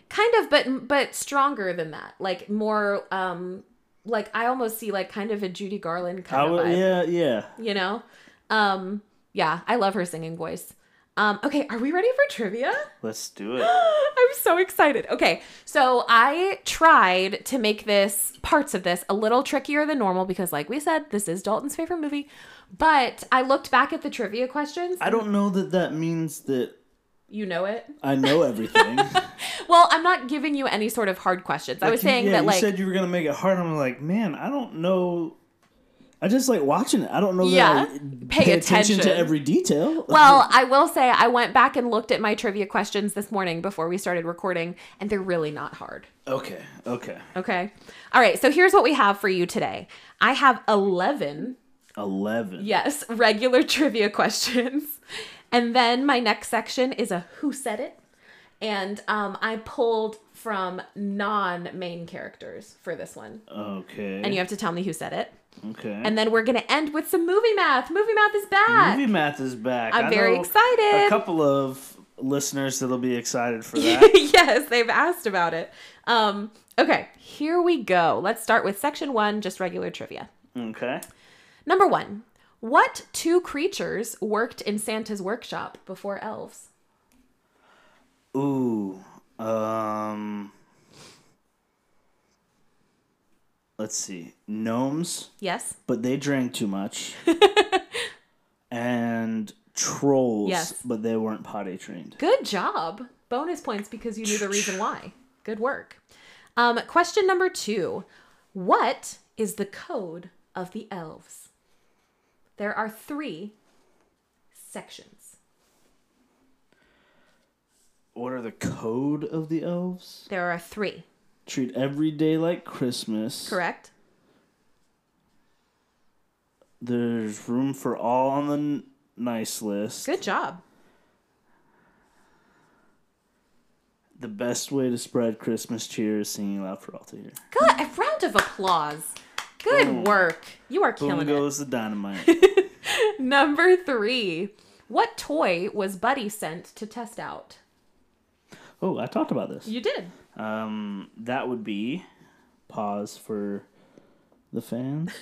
A: kind of but but stronger than that like more um like I almost see like kind of a Judy Garland kind
B: I
A: of
B: would,
A: vibe.
B: yeah, yeah.
A: You know? Um yeah, I love her singing voice. Um okay, are we ready for trivia?
B: Let's do it.
A: I'm so excited. Okay, so I tried to make this parts of this a little trickier than normal because, like we said, this is Dalton's favorite movie. But I looked back at the trivia questions.
B: I don't know that that means that
A: you know it.
B: I
A: <laughs>
B: know everything.
A: Well, I'm not giving you any sort of hard questions. I was saying
B: yeah,
A: that,
B: you
A: like,
B: said you were gonna make it hard. I'm like, man, I don't know. I just like watching it. I don't know that
A: Yeah,
B: I
A: pay attention.
B: to every detail.
A: well, I will say I went back and looked at my trivia questions this morning before we started recording, and they're really not hard.
B: okay, okay,
A: Okay. All right. So here's what we have for you today. I have 11
B: eleven.
A: Yes, <laughs> regular trivia questions. And then my next section is a who said it. And um, I pulled from non main characters for this one.
B: Okay.
A: And you have to tell me who said it.
B: okay.
A: And then we're going to end with some movie math. Movie math is back. <laughs>
B: Movie math is back.
A: I'm
B: I
A: very
B: know
A: excited.
B: A couple of listeners that'll be excited for that.
A: yes, they've asked about it. Um, okay, here we go. Let's start with section one, just regular trivia.
B: okay.
A: Number one What two creatures worked in Santa's workshop before elves?
B: Ooh. Um. Let's see. Gnomes.
A: Yes?
B: but they drank
A: <laughs>
B: too much. and trolls,
A: Yes.
B: but they weren't potty trained.
A: Good job. Bonus points because you knew the reason why. Good work. Um, question number two What is the code of the elves? There are three sections.
B: What are the code of the elves?
A: There are three,
B: Treat every day like Christmas.
A: correct?
B: There's room for all on the n- nice list.
A: Good job.
B: The best way to spread Christmas cheer is singing loud for all to hear.
A: Good. A round of applause. Good work. You are
B: Boom
A: killing it.
B: goes
A: <laughs>
B: the dynamite.
A: Number three. What toy was Buddy sent to test out?
B: oh, I talked about this.
A: You did.
B: Um, that would be pause for
A: <laughs>
B: the fans.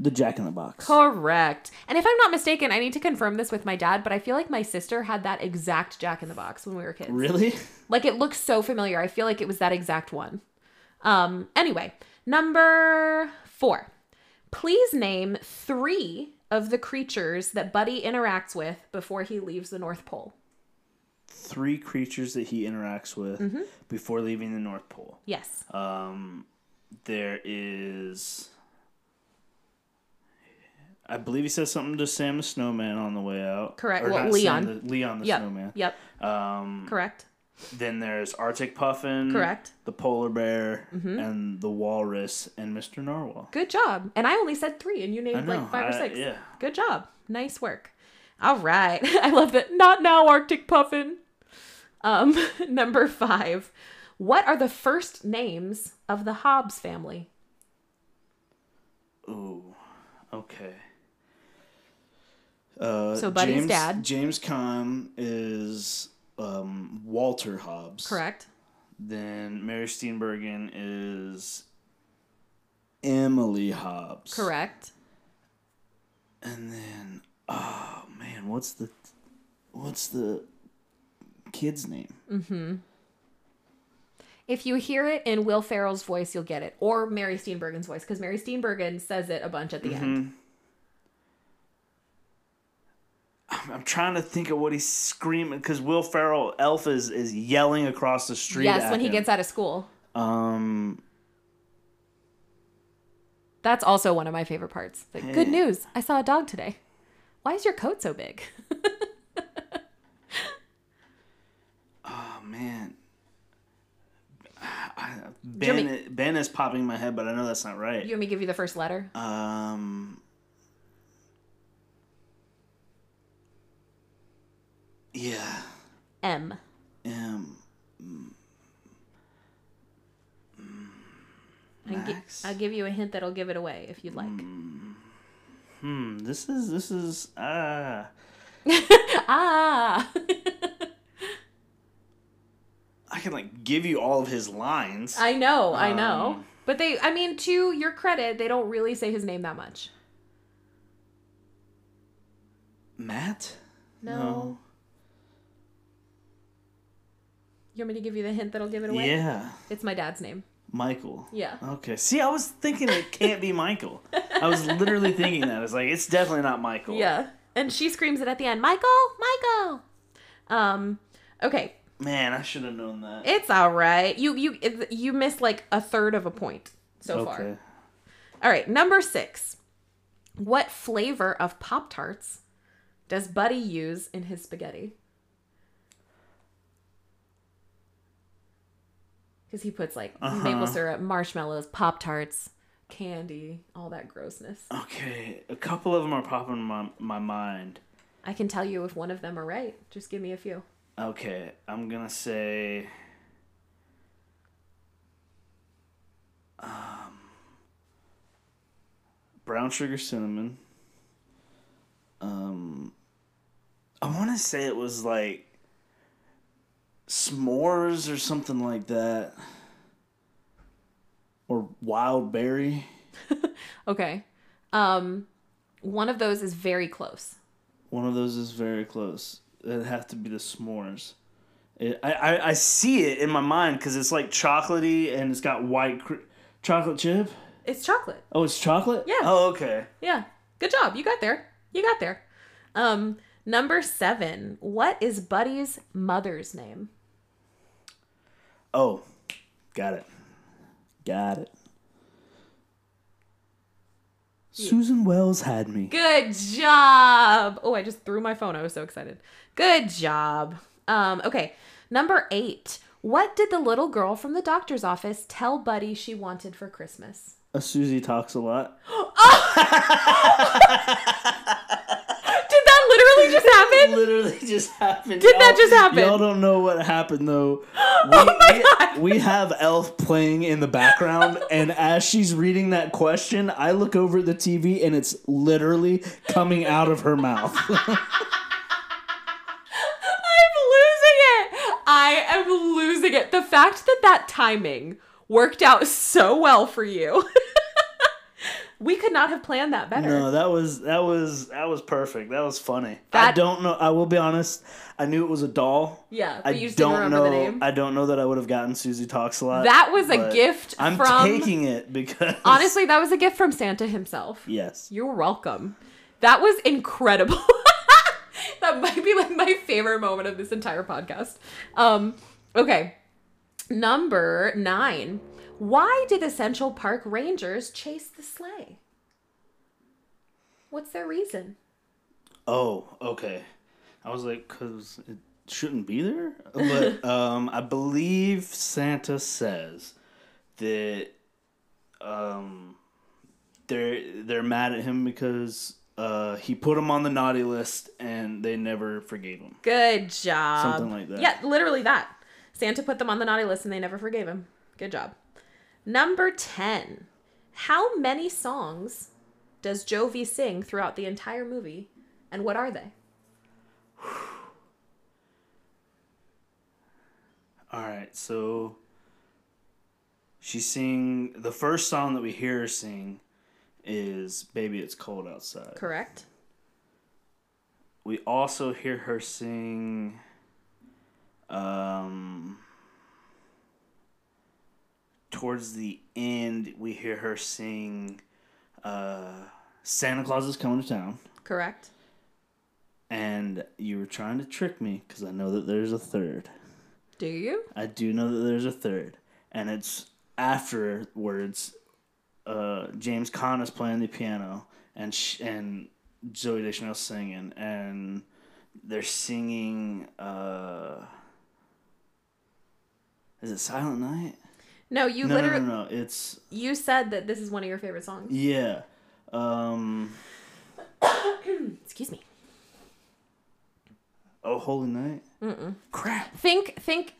B: the Jack in the Box.
A: Correct. And if I'm not mistaken, I need to confirm this with my dad, but I feel like my sister had that exact Jack in the Box when we were kids.
B: Really?
A: Like it looks so familiar. I feel like it was that exact one. Um anyway, number 4. Please name 3 of the creatures that Buddy interacts with before he leaves the North Pole.
B: three creatures that he interacts with
A: Mm-hmm.
B: before leaving the North Pole.
A: Yes.
B: Um, there is, I believe he says something to Sam the Snowman on the way out.
A: Correct.
B: Or
A: Well,
B: not
A: Leon.
B: Sam, the, Leon the
A: yep.
B: Snowman.
A: Yep.
B: Um,
A: Correct.
B: then there's Arctic Puffin.
A: Correct. Mm-hmm.
B: The polar bear and the walrus and Mr. Narwhal.
A: Good job. And I only said three, and you
B: I
A: named
B: know.
A: like five or
B: I-
A: six.
B: yeah.
A: Good job. Nice work. All right. <laughs> I love that. Not now, Arctic Puffin. Um, <laughs> number five. What are the first names of the Hobbs family?
B: Ooh. Okay. Uh,
A: So Buddy's
B: James,
A: dad.
B: James Kahn is um, Walter Hobbs.
A: Correct.
B: Then Mary Steenburgen is Emily Hobbs.
A: Correct.
B: And then oh man, what's the what's the kid's name?
A: If you hear it in Will Farrell's voice, you'll get it, or Mary Steenburgen's voice, because Mary Steenburgen says it a bunch at the
B: Mm-hmm.
A: end.
B: I'm, I'm trying to think of what he's screaming because Will Ferrell Elf is is yelling across the street.
A: Yes,
B: at
A: when he
B: him.
A: gets out of school.
B: um
A: That's also one of my favorite parts. Like, Good news. I saw a dog today. Why is your coat so big? <laughs>
B: oh man. I-
A: Jimmy.
B: Ben, ben is popping in my head, but I know that's not right.
A: You want me to give you the first letter?
B: Um. Yeah.
A: M.
B: Um.
A: I can gi-
B: Max?
A: I'll give you a hint that'll give it away if you'd like.
B: Hmm. This is this is ah.
A: <laughs> Ah! <laughs>
B: I can like give you all of his lines. Um,
A: I know, I know. But they, I mean, to your credit, they don't really say his name that much.
B: Matt?
A: No.
B: No.
A: You want me to give you the hint that'll give it away?
B: Yeah.
A: It's my dad's name.
B: Michael.
A: Yeah.
B: Okay. See, I was thinking it can't be Michael. I was literally thinking that. I was like, it's definitely not Michael.
A: Yeah. And she screams it at the end, Michael, Michael. Um, okay.
B: Man, I should have known that.
A: It's all right. You you you missed like a third of a point so far. All right, number 6. What flavor of Pop Tarts does Buddy use in his spaghetti? Cuz he puts like maple syrup, marshmallows, Pop Tarts, candy, all that grossness.
B: Okay. A couple of them are popping in my, my mind.
A: I can tell you if one of them are right. Just give me a few.
B: Okay. I'm going to say. Um, um, brown sugar cinnamon. Um, I want to say it was like s'mores or something like that. Or wild berry.
A: Okay. Um one of those is very close.
B: One of those is very close. It'd have to be the s'mores. It, I, I, I see it in my mind because it's like chocolatey and it's got white cr- chocolate chip.
A: It's chocolate.
B: Oh, it's chocolate.
A: Yeah.
B: Oh, okay.
A: Yeah. Good job. You got there. You got there. Um number 7. What is Buddy's mother's name?
B: Oh, got it. Got it. Susan Wells had me.
A: Good job. Oh, I just threw my phone. I was so excited. Good job. Um okay. Number 8. What did the little girl from the doctor's office tell Buddy she wanted for Christmas?
B: A Uh, Susie talks a lot.
A: Did that literally just <laughs> happen?
B: Literally <laughs> just happened.
A: Did that just happen? Oh
B: Y'all don't know what
A: <gasps>
B: happened though. We, we, we have Elf playing in
A: <laughs>
B: the background, and as she's reading that question, I look over at the TV, and it's literally coming out of
A: <laughs>
B: her mouth.
A: I'm losing it. I am losing it. The fact that that timing worked out so well for you. <laughs> we could not have planned that better.
B: no, that was that was that was perfect. That was funny. I
A: That-
B: don't know. I will be honest. I knew it was a doll.
A: Yeah,
B: I
A: but you just didn't
B: don't
A: remember
B: know.
A: the name.
B: I don't know that I would have gotten Susie talks a lot.
A: that was a
B: but
A: gift
B: I'm
A: from
B: taking it because
A: Honestly, that was a gift from Santa himself.
B: <laughs> yes.
A: You're welcome. That was incredible. <laughs> that might be like my favorite moment of this entire podcast. Um, okay. Number nine. Why did the Central Park Rangers chase the sleigh? What's their reason?
B: Oh, okay. I was like, because it shouldn't be there? But um, I believe Santa says that um, they're, they're mad at him because uh, he put him on the naughty list and they never forgave him.
A: Good job.
B: Something like that.
A: Yeah, literally that. Santa put them on the naughty list and they never forgave him. Good job. Number 10. How many songs does Jovi sing throughout the entire movie? And what are they?
B: All right, so she sing the first song that we hear her sing is "Baby It's Cold Outside."
A: Correct?
B: we also hear her sing um towards the end we hear her sing uh santa claus is coming to town
A: Correct.
B: and you were trying to trick me because i know that there's a third
A: Do you?
B: i do know that there's a third and it's afterwards uh james Caan is playing the piano and sh- and Zoe Deschanel's singing, and they're singing. uh Is it Silent Night?
A: No, you
B: No, no,
A: literally
B: no, no. It's
A: you said that this is one of your favorite songs.
B: yeah. Um,
A: Excuse me.
B: oh, Holy Night. Mm-mm. Crap.
A: Think think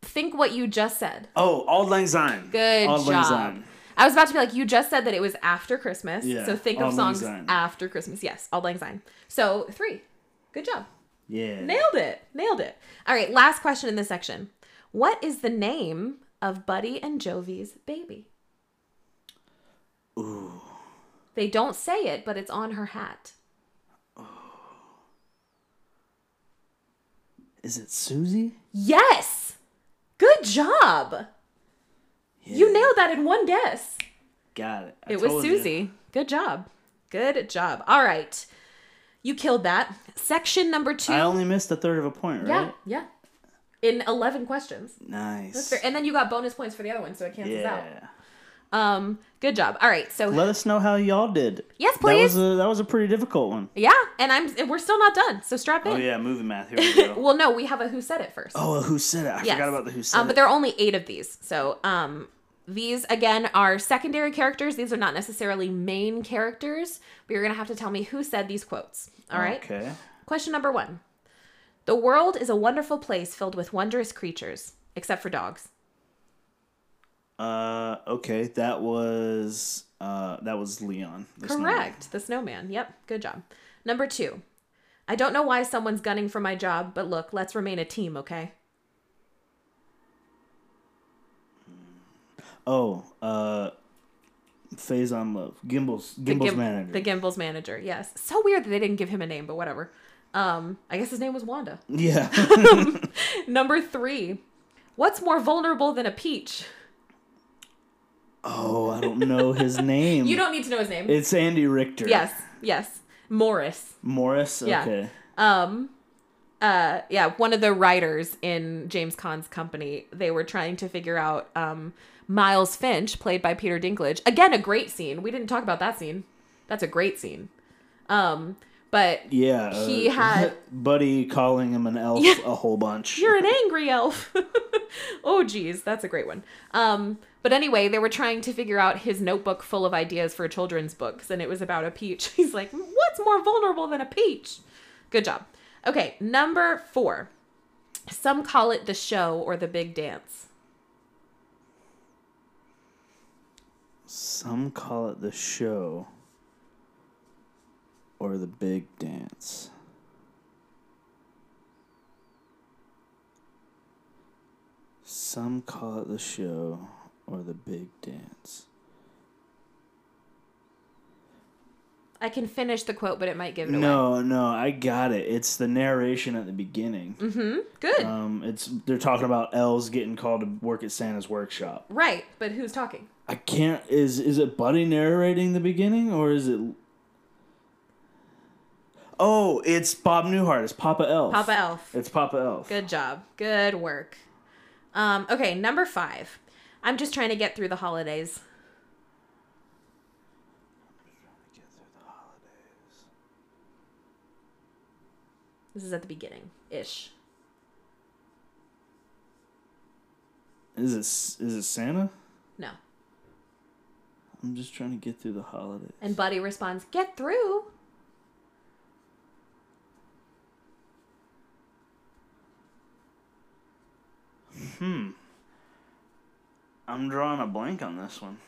A: think what you just said.
B: Oh, Auld Lang Syne.
A: Good
B: Auld Lang
A: job.
B: Syne.
A: I was about to be like, you just said that it was after Christmas.
B: Yeah,
A: So think of
B: Auld Lang
A: songs
B: Syne.
A: after Christmas. Yes, Auld Lang Syne. So three. Good job.
B: Yeah.
A: Nailed it. Nailed it. All right, last question in this section. What is the name of Buddy and Jovi's baby? They don't say it, but it's on her hat.
B: Is it Susie?
A: Yes. Good job. You nailed that in one guess.
B: Got it. I
A: It was
B: told you.
A: Susie. Good job. Good job. All right. You killed that. Section number 2.
B: I only missed a third of a point,
A: yeah.
B: right?
A: Yeah. In 11 questions.
B: Nice.
A: That's fair. And then you got bonus points for the other one, so it cancels
B: yeah.
A: out. Um, good job. All right. So
B: Let us know how y'all did.
A: Yes, please.
B: That was a, that was a pretty difficult one.
A: yeah, and I'm and we're still not done. So strap in.
B: Oh yeah, movie math. Here we
A: <laughs>
B: go.
A: Well, no, we have a who said it first.
B: oh, who said it? I forgot about the who said
A: um, But
B: it.
A: there are only eight of these. So um, these, again, are secondary characters. These are not necessarily main characters. But you're going to have to tell me who said these quotes. All right.
B: Okay.
A: Question number one The world is a wonderful place filled with wondrous creatures, except for dogs.
B: Uh, okay, that was uh, that was Leon. the snowman.
A: Correct. The snowman. Yep. Good job. Number two. I don't know why someone's gunning for my job, but look, let's remain a team, okay?
B: Oh, uh, Phase on Love, Gimbals,
A: The
B: Gimbals
A: Gim-
B: manager.
A: The Gimbals manager, yes. So weird that they didn't give him a name, but whatever. Um, I guess his name was Wanda.
B: <laughs>
A: <laughs>
B: yeah,
A: Number three. What's more vulnerable than a peach?
B: Oh, I don't know his
A: <laughs>
B: name.
A: You don't need to know his name.
B: It's Andy Richter.
A: yes, yes. Morris.
B: Morris.
A: Yeah.
B: Okay.
A: Um uh yeah, one of the writers in James Caan's company, they were trying to figure out um Miles Finch, played by Peter Dinklage. Again, a great scene. We didn't talk about that scene. That's a great scene. Um but
B: Yeah. uh,
A: He had-
B: <laughs> Buddy calling him an elf a whole bunch.
A: You're an angry elf. <laughs> oh, geez, that's a great one. Um, but anyway, they were trying to figure out his notebook full of ideas for children's books, and it was about a peach. <laughs> He's like, what's more vulnerable than a peach? Good job. Okay, number four. Some call it the show or the big dance.
B: Some call it the show or the big dance. Some call it the show or the big dance.
A: I can finish the quote, but it might give it away.
B: No, no, I got it. It's the narration at the beginning.
A: Mm-hmm. Good.
B: Um, it's they're talking about Els getting called to work at Santa's workshop.
A: right, but who's talking?
B: I can't. Is is it Buddy narrating the beginning or is it? Oh, it's Bob Newhart. It's Papa Elf.
A: Papa Elf.
B: It's Papa Elf.
A: Good job. Good work. Um, okay, number five. I'm just trying to get through the holidays. This is at the beginning ish.
B: Is it s- is it Santa?
A: No.
B: I'm just trying to get through the holidays.
A: And Buddy responds, Get through.
B: I'm drawing a blank on this one.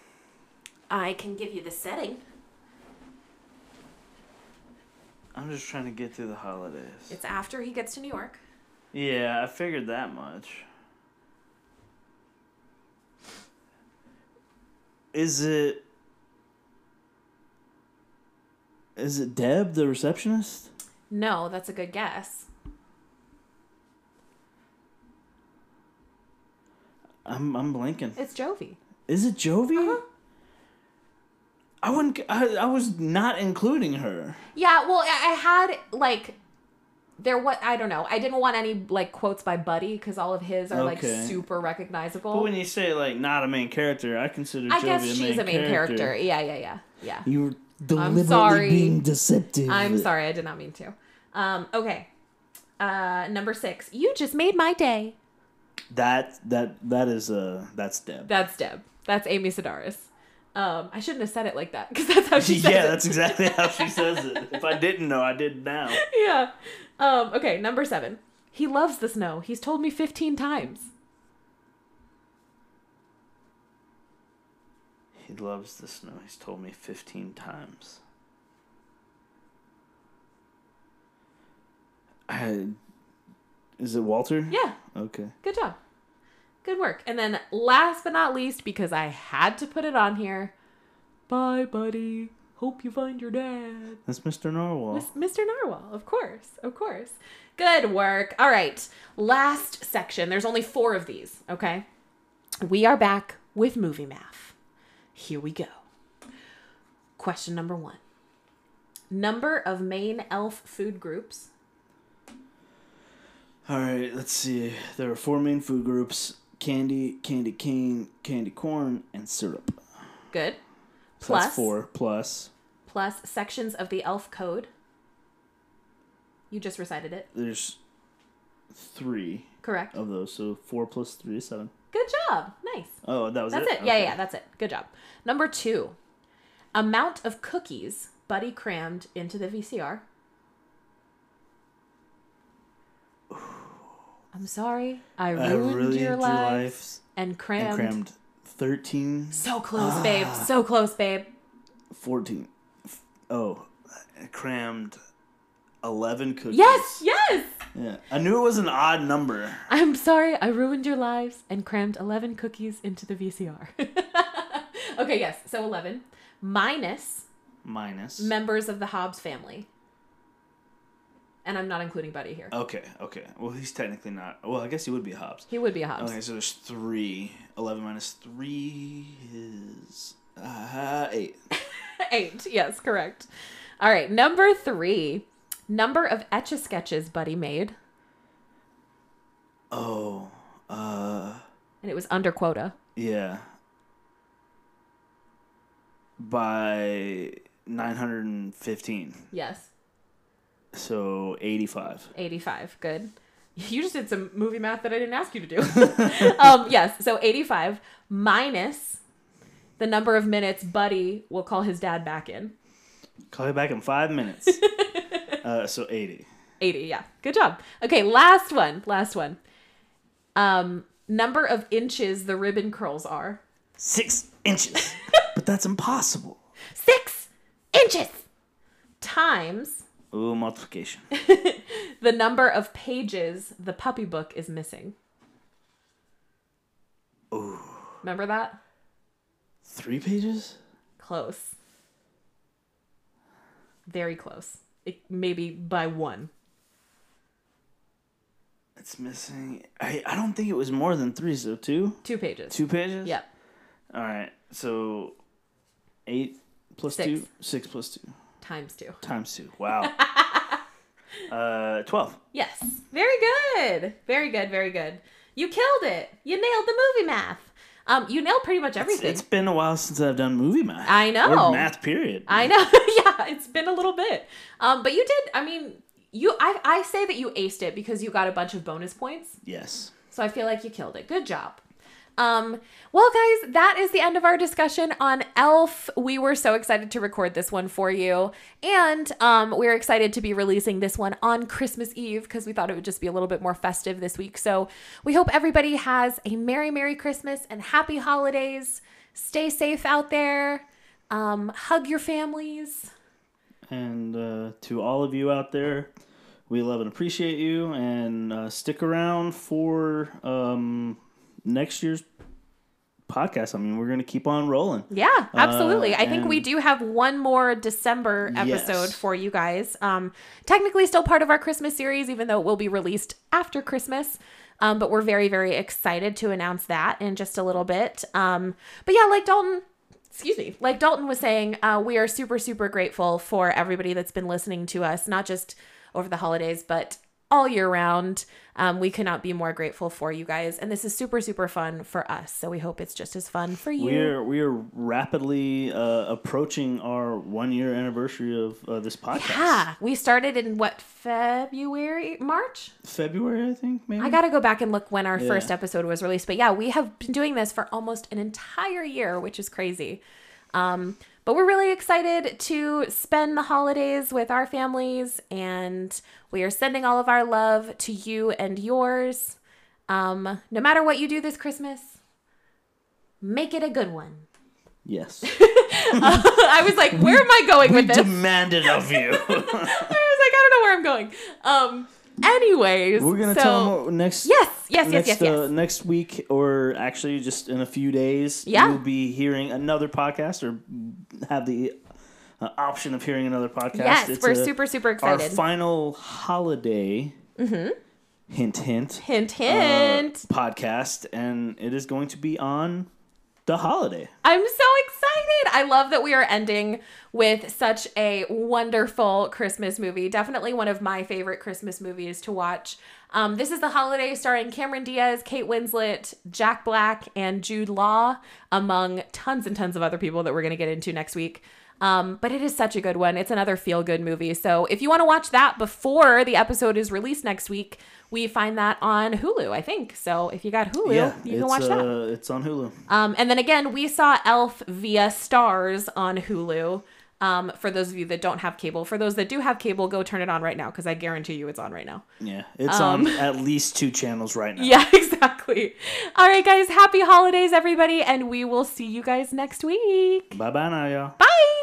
A: I can give you the setting.
B: I'm just trying to get through the holidays.
A: It's after he gets to New York.
B: Yeah, I figured that much. Is it Is it Deb the receptionist?
A: No, that's a good guess.
B: I'm I'm blanking.
A: It's Jovi.
B: Is it Jovi? I wouldn't I, I was not including her.
A: Yeah, well, I I had like there what I don't know. I didn't want any like quotes by Buddy because all of his are
B: Okay.
A: like super recognizable.
B: But when you say like not a main character, I consider
A: I
B: Jovi
A: guess
B: a main
A: she's a main character. Yeah, yeah, yeah, yeah.
C: You were deliberately
A: sorry.
C: being deceptive.
A: I'm sorry, I did not mean to. Um, okay, uh, number six. You just made my day.
B: That that that is uh that's Deb. <laughs>
A: That's Deb. That's Amy Sedaris. Um, I shouldn't have said it like that because that's how she says
B: <laughs> yeah,
A: it.
B: that's exactly how she
A: <laughs>
B: says it. If I didn't know, I did now.
A: yeah. Um, okay, number seven. He loves the snow. He's told me 15 times.
B: He loves the snow. He's told me 15 times. I, is it Walter?
A: Yeah.
B: Okay.
A: Good job. Good work. And then last but not least, because I had to put it on here, Bye, buddy. Hope you find your dad.
B: That's Mr. Narwhal.
A: Mis- Mr. Narwhal, of course, of course. Good work. All right, last section. There's only four of these, okay? We are back with movie math. Here we go. Question number one Number of main elf food groups.
B: All right, let's see. There are four main food groups: candy, candy cane, candy corn, and syrup.
A: Good.
B: So
A: Plus,
B: that's four plus.
A: plus sections of the elf code. You just recited it,
B: There's three
A: correct?
B: of those, so four plus three is seven.
A: Good job. Nice.
B: Oh, that was
A: That's
B: it.
A: it. Yeah,
B: Okay.
A: yeah, that's it. Good job. Number two, amount of cookies Buddy crammed into the
B: <sighs>
A: VCR. I'm sorry, I ruined,
B: I really
A: your
B: enjoyed
A: life,
B: lives
A: and crammed.
B: and crammed 13,
A: So close,
B: <sighs>
A: babe. So close, babe.
B: 14. F- Oh, I crammed 11 cookies.
A: Yes, yes.
B: Yeah. I knew it was an odd number.
A: I'm sorry, I ruined your lives and crammed 11 cookies into the VCR. <laughs> okay, yes. So 11 minus
B: Minus.
A: members of the Hobbs family. And I'm not including Buddy here.
B: okay, okay. Well, he's technically not. Well, I guess he would be Hobbs.
A: He would be a Hobbs.
B: Okay, so there's three. 11 minus 3 is uh, 8.
A: <laughs> Eight. Yes, correct. All right. Number three. Number of etch a sketches Buddy made,
B: Oh, uh,
A: and it was under quota.
B: yeah. By 915.
A: Yes.
B: So 85.
A: 85. Good. <laughs> You just did some movie math that I didn't ask you to do. <laughs> um, yes. So 85 minus the number of minutes Buddy will call his dad back in.
B: Call you back in five minutes. uh, so 80.
A: 80. Yeah. Good job. Okay. Last one. Last one. Um, number of inches the ribbon curls are.
B: Six inches. but that's impossible.
A: Six inches times
B: Ooh, multiplication.
A: the number of pages the puppy book is missing. Ooh. Remember that?
B: Three pages?
A: Close. Very close. It, maybe by one.
B: It's missing. I, I don't think it was more than three, so two?
A: Two pages.
B: Two pages?
A: Yep.
B: All right. So eight plus
A: Six.
B: two? Six plus two.
A: Times two.
B: Times two.
A: <laughs>
B: Wow. uh, 12.
A: Yes. Very good. Very good. Very good. You killed it. You nailed the movie math. Um, you nailed pretty much
B: It's-
A: everything.
B: it's been a while since I've done movie math.
A: I know.
B: Or math, period.
A: I know. <laughs> yeah, it's been a little bit. Um, but you did. I mean, you. I, I say that you aced it because you got a bunch of bonus points.
B: yes.
A: So I feel like you killed it. Good job. Um, well, guys, that is the end of our discussion on Elf. We were so excited to record this one for you. And um, we're excited to be releasing this one on Christmas Eve because we thought it would just be a little bit more festive this week. So we hope everybody has a Merry, Merry Christmas and Happy Holidays. Stay safe out there. Um, hug your families.
B: And uh, to all of you out there, we love and appreciate you. And uh, stick around for um, next year's podcast. I mean, we're going to keep on rolling.
A: Yeah, absolutely.
B: Uh,
A: I think we
B: and-
A: do have one more December
B: Yes.
A: episode for you guys. Um, technically, still part of our Christmas series, even though it will be released after Christmas. Um, but we're very, very excited to announce that in just a little bit. Um, but yeah, like Dalton, excuse me, like Dalton was saying, uh, we are super, super grateful for everybody that's been listening to us, not just over the holidays, but all year round. Um, we cannot be more grateful for you guys. And this is super, super fun for us. So we hope it's just as fun for you.
B: We're we are rapidly uh, approaching our one year anniversary of uh, this podcast.
A: Yeah, we started in what February, March.
B: February, I think maybe.
A: I got to go back and look when our
B: Mm-hmm. Yeah.
A: first episode was released, but yeah, we have been doing this for almost an entire year, which is crazy. Um, but we're really excited to spend the holidays with our families, and we are sending all of our love to you and yours. Um, no matter what you do this Christmas, make it a good one. <laughs>
B: yes.
A: I was like, where am I going
B: we
A: with this? <laughs>
B: demanded of you.
A: I was like, I don't know where I'm going. Um, Anyways,
B: We're gonna
A: so,
B: tell them what- next.
A: Yes, yes, yes,
B: next,
A: yes,
B: Uh,
A: yes.
B: next week, or actually just in a few days,
A: Yeah.
B: you'll be hearing another podcast, or have the uh, option of hearing another podcast.
A: Yes,
B: It's
A: we're
B: a-
A: super super
B: Our
A: excited.
B: final holiday.
A: Mm-hmm.
B: Hint, hint.
A: hint,
B: uh,
A: hint.
B: podcast, and it is going to be on the holiday.
A: I'm so excited. I love that we are ending with such a wonderful Christmas movie. Definitely one of my favorite Christmas movies to watch. Um, this is The Holiday starring Cameron Diaz, Kate Winslet, Jack Black, and Jude Law, among tons and tons of other people that we're going to get into next week. Um, but it is such a good one. It's another feel good movie. So if you want to watch that before the episode is released next week, we find that on Hulu, I think. So if you got Hulu, you
B: it's,
A: can watch that.
B: uh, It's on Hulu.
A: Um, and then again, we saw Elf via Stars on Hulu. Um, for those of you that don't have cable, for those that do have cable, go turn it on right now because I guarantee you it's on right now.
B: Yeah, it's
A: Um,
B: on at least two channels right
A: <laughs>
B: now.
A: Yeah, exactly. All right, guys, happy holidays, everybody, and we will see you guys next week.
B: Bye bye now, y'all.
A: Bye.